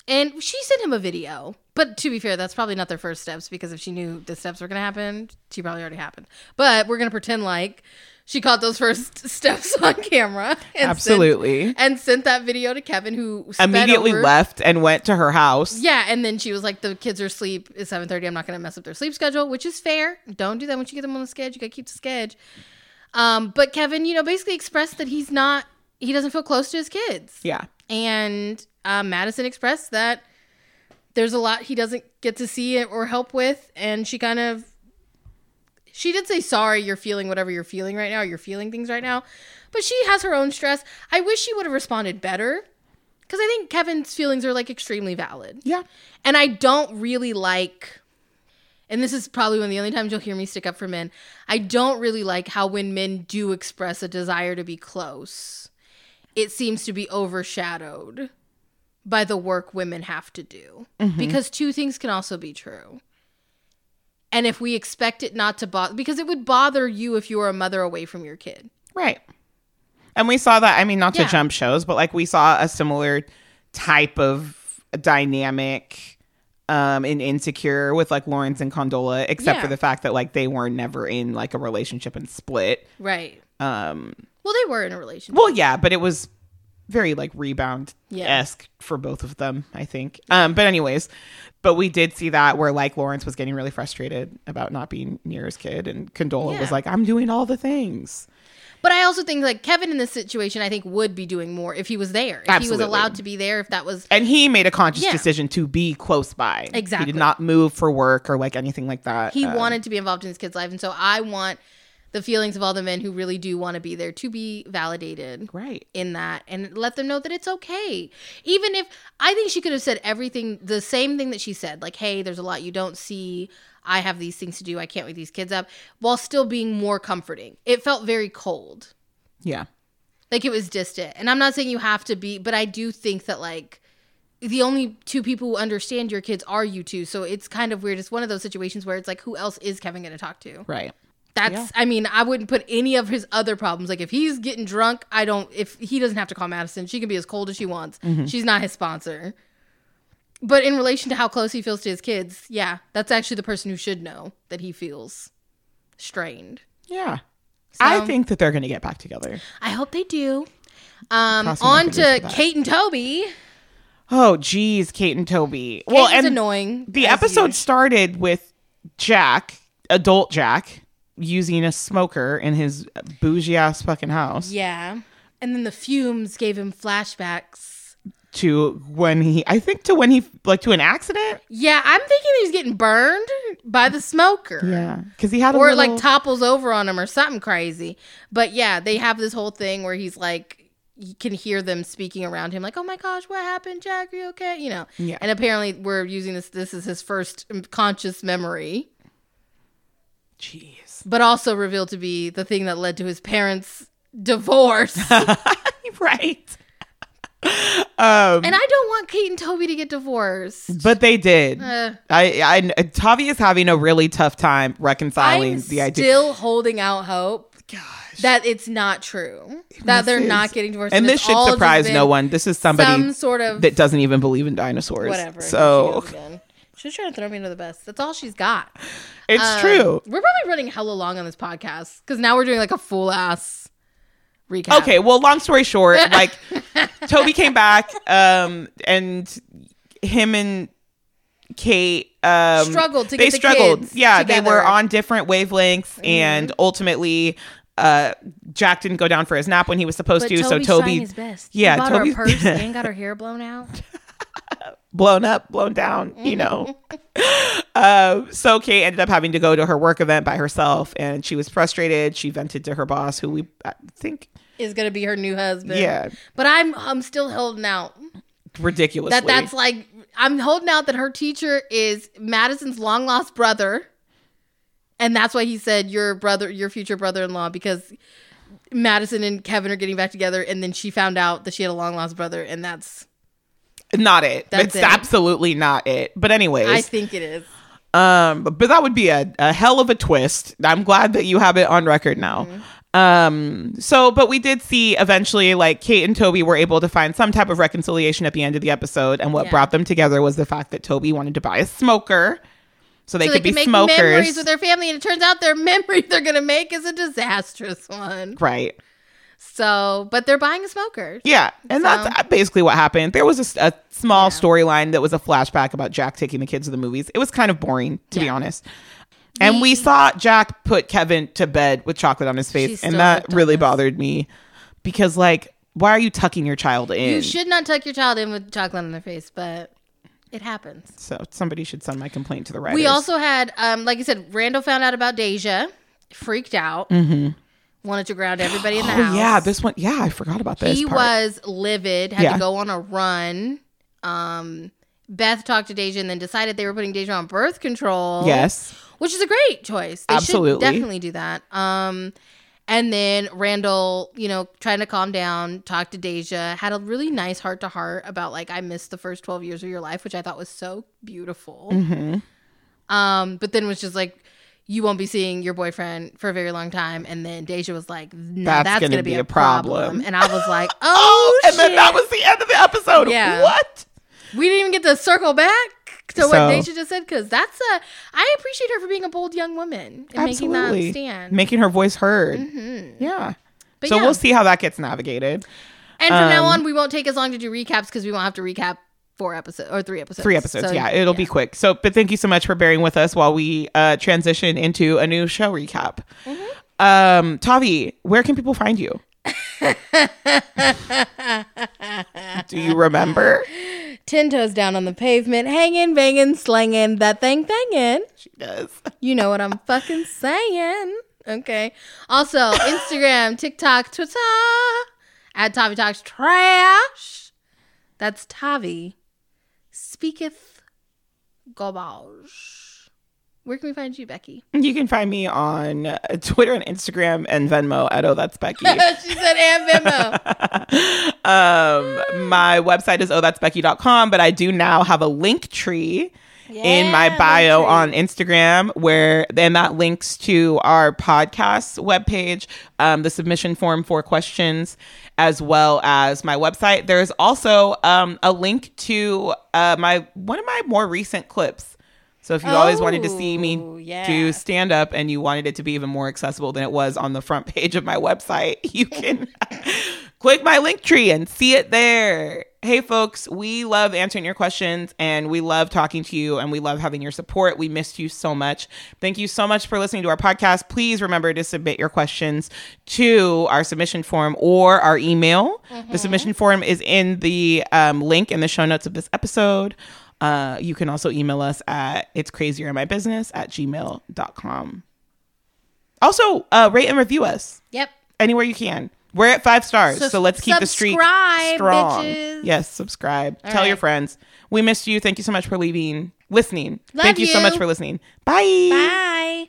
Speaker 2: and she sent him a video. But to be fair, that's probably not their first steps because if she knew the steps were going to happen, she probably already happened. But we're going to pretend like she caught those first steps on camera. And
Speaker 1: absolutely
Speaker 2: Sent, and sent that video to Kevin, who sped
Speaker 1: immediately
Speaker 2: over-
Speaker 1: left and went to her house
Speaker 2: Yeah, and then she was like, "The kids are asleep. It's seven thirty. I'm not going to mess up their sleep schedule, which is fair. Don't do that once you get them on the schedule. You got to keep the schedule." Um, but Kevin, you know, basically expressed that he's not. He doesn't feel close to his kids
Speaker 1: yeah
Speaker 2: and uh, Madison expressed that there's a lot he doesn't get to see or help with, and she kind of she did say sorry you're feeling whatever you're feeling right now you're feeling things right now but she has her own stress i wish she would have responded better because i think kevin's feelings are like extremely valid
Speaker 1: yeah
Speaker 2: and I don't really like, and this is probably one of the only times you'll hear me stick up for men. I don't really like how when men do express a desire to be close, it seems to be overshadowed by the work women have to do.
Speaker 1: Mm-hmm.
Speaker 2: Because two things can also be true. And if we expect it not to bother, because it would bother you if you were a mother away from your kid.
Speaker 1: right and we saw that i mean not
Speaker 2: Yeah.
Speaker 1: to jump shows but like we saw a similar type of dynamic um in insecure with like lawrence and condola except
Speaker 2: Yeah.
Speaker 1: for the fact that like they were never in like a relationship and split
Speaker 2: Right.
Speaker 1: um
Speaker 2: Well, they were in a relationship.
Speaker 1: Well, yeah, but it was very like rebound esque for both of them, I think. Um, but anyways, but we did see that where like Lawrence was getting really frustrated about not being near his kid, and Condola
Speaker 2: Yeah.
Speaker 1: was like, "I'm doing all the things."
Speaker 2: But I also think like Kevin in this situation, I think would be doing more if he was there, if
Speaker 1: Absolutely.
Speaker 2: he was allowed to be there, if that was
Speaker 1: And he made a conscious
Speaker 2: Yeah.
Speaker 1: decision to be close by. He
Speaker 2: Exactly.
Speaker 1: did not move for work or like anything like that.
Speaker 2: he
Speaker 1: Um,
Speaker 2: wanted to be involved in his kid's life. And so I want the feelings of all the men who really do want to be there to be validated
Speaker 1: right.
Speaker 2: in that and let them know that it's okay. Even if I think she could have said everything the same thing that she said, like, hey, there's a lot you don't see. I have these things to do. I can't wake these kids up while still being more comforting. It felt very cold.
Speaker 1: Yeah.
Speaker 2: Like it was distant. And I'm not saying you have to be, but I do think that like the only two people who understand your kids are you two. So it's kind of weird. It's one of those situations where it's like, who else is Kevin going to talk to?
Speaker 1: Right.
Speaker 2: That's, I mean, I wouldn't put any of his other problems. Like if he's getting drunk, I don't, if he doesn't have to call Madison, she can be as cold as she wants.
Speaker 1: Mm-hmm.
Speaker 2: She's not his sponsor. But in relation to how close he feels to his kids, yeah, that's actually the person who should know that he feels strained.
Speaker 1: Yeah. I think that they're going to get back together.
Speaker 2: I hope they do. Um,
Speaker 1: Crossing my
Speaker 2: on
Speaker 1: fingers
Speaker 2: to
Speaker 1: for that.
Speaker 2: Kate and Toby.
Speaker 1: Oh, geez, Kate and Toby.
Speaker 2: Well,
Speaker 1: well, and
Speaker 2: annoying. Uh,
Speaker 1: the
Speaker 2: as
Speaker 1: episode
Speaker 2: usual.
Speaker 1: started with Jack, adult Jack, using a smoker in his bougie ass fucking house
Speaker 2: Yeah, and then the fumes gave him flashbacks.
Speaker 1: to when he, I think to when he, like to an accident.
Speaker 2: Yeah, I'm thinking he's getting burned by the smoker.
Speaker 1: Yeah. Cause he had a
Speaker 2: Or it
Speaker 1: little,
Speaker 2: like topples over on him or something crazy. But yeah, they have this whole thing where he's like, you can hear them speaking around him, like, oh my gosh, what happened, Jack? Are you okay? You know.
Speaker 1: Yeah.
Speaker 2: And apparently, we're using this, this is his first um, conscious memory.
Speaker 1: jeez.
Speaker 2: but also revealed to be the thing that led to his parents' divorce.
Speaker 1: Um,
Speaker 2: and
Speaker 1: right. um,
Speaker 2: I don't want Kate and Toby to get divorced.
Speaker 1: but they did.
Speaker 2: Uh,
Speaker 1: I, I, Tavi is having a really tough time reconciling
Speaker 2: I'm
Speaker 1: the idea.
Speaker 2: still holding out hope
Speaker 1: Gosh.
Speaker 2: that it's not true that they're
Speaker 1: This is-
Speaker 2: not getting divorced,
Speaker 1: and this
Speaker 2: it's
Speaker 1: should
Speaker 2: all just
Speaker 1: surprise no
Speaker 2: been
Speaker 1: one. This is somebody
Speaker 2: Some sort of
Speaker 1: that doesn't even believe in dinosaurs.
Speaker 2: whatever. Here
Speaker 1: So
Speaker 2: she goes again. She's trying to throw me into the bus. That's all she's got.
Speaker 1: it's
Speaker 2: Um,
Speaker 1: true.
Speaker 2: We're probably running hella long on this podcast because now we're doing like a full ass recap.
Speaker 1: Okay, well, long story short, like Toby came back, um, and him and Kate um,
Speaker 2: Struggled to
Speaker 1: they
Speaker 2: get the
Speaker 1: struggled.
Speaker 2: kids
Speaker 1: yeah, they were
Speaker 2: together. Mm-hmm.
Speaker 1: on different wavelengths, and ultimately, uh, Jack didn't go down for his nap when he was supposed
Speaker 2: But
Speaker 1: to.
Speaker 2: Toby's
Speaker 1: so
Speaker 2: trying
Speaker 1: Toby
Speaker 2: his best.
Speaker 1: yeah,
Speaker 2: he bought
Speaker 1: Toby's-
Speaker 2: her a purse and got her hair blown out.
Speaker 1: blown up, blown down, you know. uh, so Kate ended up having to go to her work event by herself, and she was frustrated. She vented to her boss, who we I think
Speaker 2: is gonna be her new husband.
Speaker 1: Yeah.
Speaker 2: But I'm I'm still holding out
Speaker 1: ridiculously
Speaker 2: that that's like I'm holding out that her teacher is Madison's long lost brother, and that's why he said your brother, your future brother in law, because Madison and Kevin are getting back together, and then she found out that she had a long lost brother, and that's
Speaker 1: not it.
Speaker 2: That's
Speaker 1: it's
Speaker 2: it.
Speaker 1: absolutely not it. But anyways,
Speaker 2: I think it is.
Speaker 1: Um, but that would be a, a hell of a twist. I'm glad that you have it on record now.
Speaker 2: Mm-hmm.
Speaker 1: Um, so, but we did see eventually, like Kate and Toby were able to find some type of reconciliation at the end of the episode, and what
Speaker 2: Yeah.
Speaker 1: brought them together was the fact that Toby wanted to buy a smoker, so they
Speaker 2: So
Speaker 1: could
Speaker 2: they can
Speaker 1: be
Speaker 2: make memories
Speaker 1: smokers,
Speaker 2: with their family, and it turns out their memory they're gonna make is a disastrous one.
Speaker 1: right?
Speaker 2: So, but they're buying a smoker.
Speaker 1: Yeah, and
Speaker 2: So-
Speaker 1: that's basically what happened. There was a s- a, small storyline that was a flashback about Jack taking the kids to the movies. It was kind of boring, to be
Speaker 2: Yeah.
Speaker 1: honest. And we saw Jack put Kevin to bed with chocolate on his face,
Speaker 2: She's
Speaker 1: and
Speaker 2: still
Speaker 1: that
Speaker 2: hooked on
Speaker 1: really
Speaker 2: this.
Speaker 1: bothered me because, like, why are you tucking your child in?
Speaker 2: You should not tuck your child in with chocolate on their face, but it happens.
Speaker 1: so somebody should send my complaint to the writers.
Speaker 2: We also had, um, like I said, Randall found out about Deja, freaked out, wanted to ground everybody in the
Speaker 1: Mm-hmm. oh
Speaker 2: house.
Speaker 1: yeah, this one. Yeah, I forgot about this.
Speaker 2: he
Speaker 1: part.
Speaker 2: was livid, had
Speaker 1: Yeah.
Speaker 2: to go on a run. Um, Beth talked to Deja and then decided they were putting Deja on birth control.
Speaker 1: yes,
Speaker 2: which is a great choice. They
Speaker 1: Absolutely.
Speaker 2: should definitely do that. Um, and then Randall, you know, trying to calm down, talked to Deja, had a really nice heart to heart about like I missed the first twelve years of your life, which I thought was so beautiful.
Speaker 1: Mm-hmm.
Speaker 2: Um, but then was just like, you won't be seeing your boyfriend for a very long time. And then Deja was like, no, that's, gonna, be, a problem.
Speaker 1: problem.
Speaker 2: And I was like, oh,
Speaker 1: Oh, and then
Speaker 2: shit.
Speaker 1: that was the end of the episode.
Speaker 2: Yeah.
Speaker 1: What?
Speaker 2: We didn't even get to circle back to
Speaker 1: So-
Speaker 2: what Deja just said because that's a. I appreciate her for being a bold young woman and making
Speaker 1: Absolutely.
Speaker 2: that stand. Mm-hmm.
Speaker 1: Making her voice heard. Yeah.
Speaker 2: But
Speaker 1: so
Speaker 2: yeah.
Speaker 1: we'll see how that gets navigated.
Speaker 2: and from now
Speaker 1: um,
Speaker 2: on, we won't take as long to do recaps because we won't have to recap four episodes or three episodes.
Speaker 1: three episodes
Speaker 2: So,
Speaker 1: yeah it'll be quick so but thank you so much for bearing with us while we uh transition into a new show recap um tavi where can people find you do you remember
Speaker 2: Ten toes down on the pavement, hanging, banging, slanging, that thing, banging.
Speaker 1: she does
Speaker 2: You know what I'm fucking saying. Okay. Also, Instagram, TikTok, Twitter, at Tavi Talks Trash. That's Tavi. Speaketh garbage. Where can we find you, Becky?
Speaker 1: You can find me on uh, Twitter and Instagram and Venmo at Oh That's Becky.
Speaker 2: she said, and Venmo.
Speaker 1: um, my website is ohthat'sbecky.com, but I do now have a link tree in my
Speaker 2: Yeah,
Speaker 1: bio
Speaker 2: Linktree.
Speaker 1: on Instagram where then that links to our podcast webpage, um, the submission form for questions, as well as my website. There is also um, a link to uh, my one of my more recent clips. So if you always wanted to see
Speaker 2: Oh,
Speaker 1: me
Speaker 2: yeah.
Speaker 1: do stand up and you wanted it to be even more accessible than it was on the front page of my website, you can click my link tree and see it there. Hey folks, we love answering your questions and we love talking to you and we love having your support. We missed you so much. Thank you so much for listening to our podcast. Please remember to submit your questions to our submission form or our email.
Speaker 2: Mm-hmm.
Speaker 1: The submission form is in the um, link in the show notes of this episode. Uh, you can also email us at it's crazier in my business at gmail.com. Also, uh, rate and review us
Speaker 2: Yep.
Speaker 1: anywhere you can. We're at five stars, so,
Speaker 2: So
Speaker 1: let's keep the streak
Speaker 2: subscribe,
Speaker 1: strong.
Speaker 2: bitches.
Speaker 1: Yes, subscribe. Tell
Speaker 2: right.
Speaker 1: your friends. We missed you. Thank you so much for leaving, listening.
Speaker 2: Love
Speaker 1: Thank you. so
Speaker 2: you.
Speaker 1: much for listening.
Speaker 2: Bye.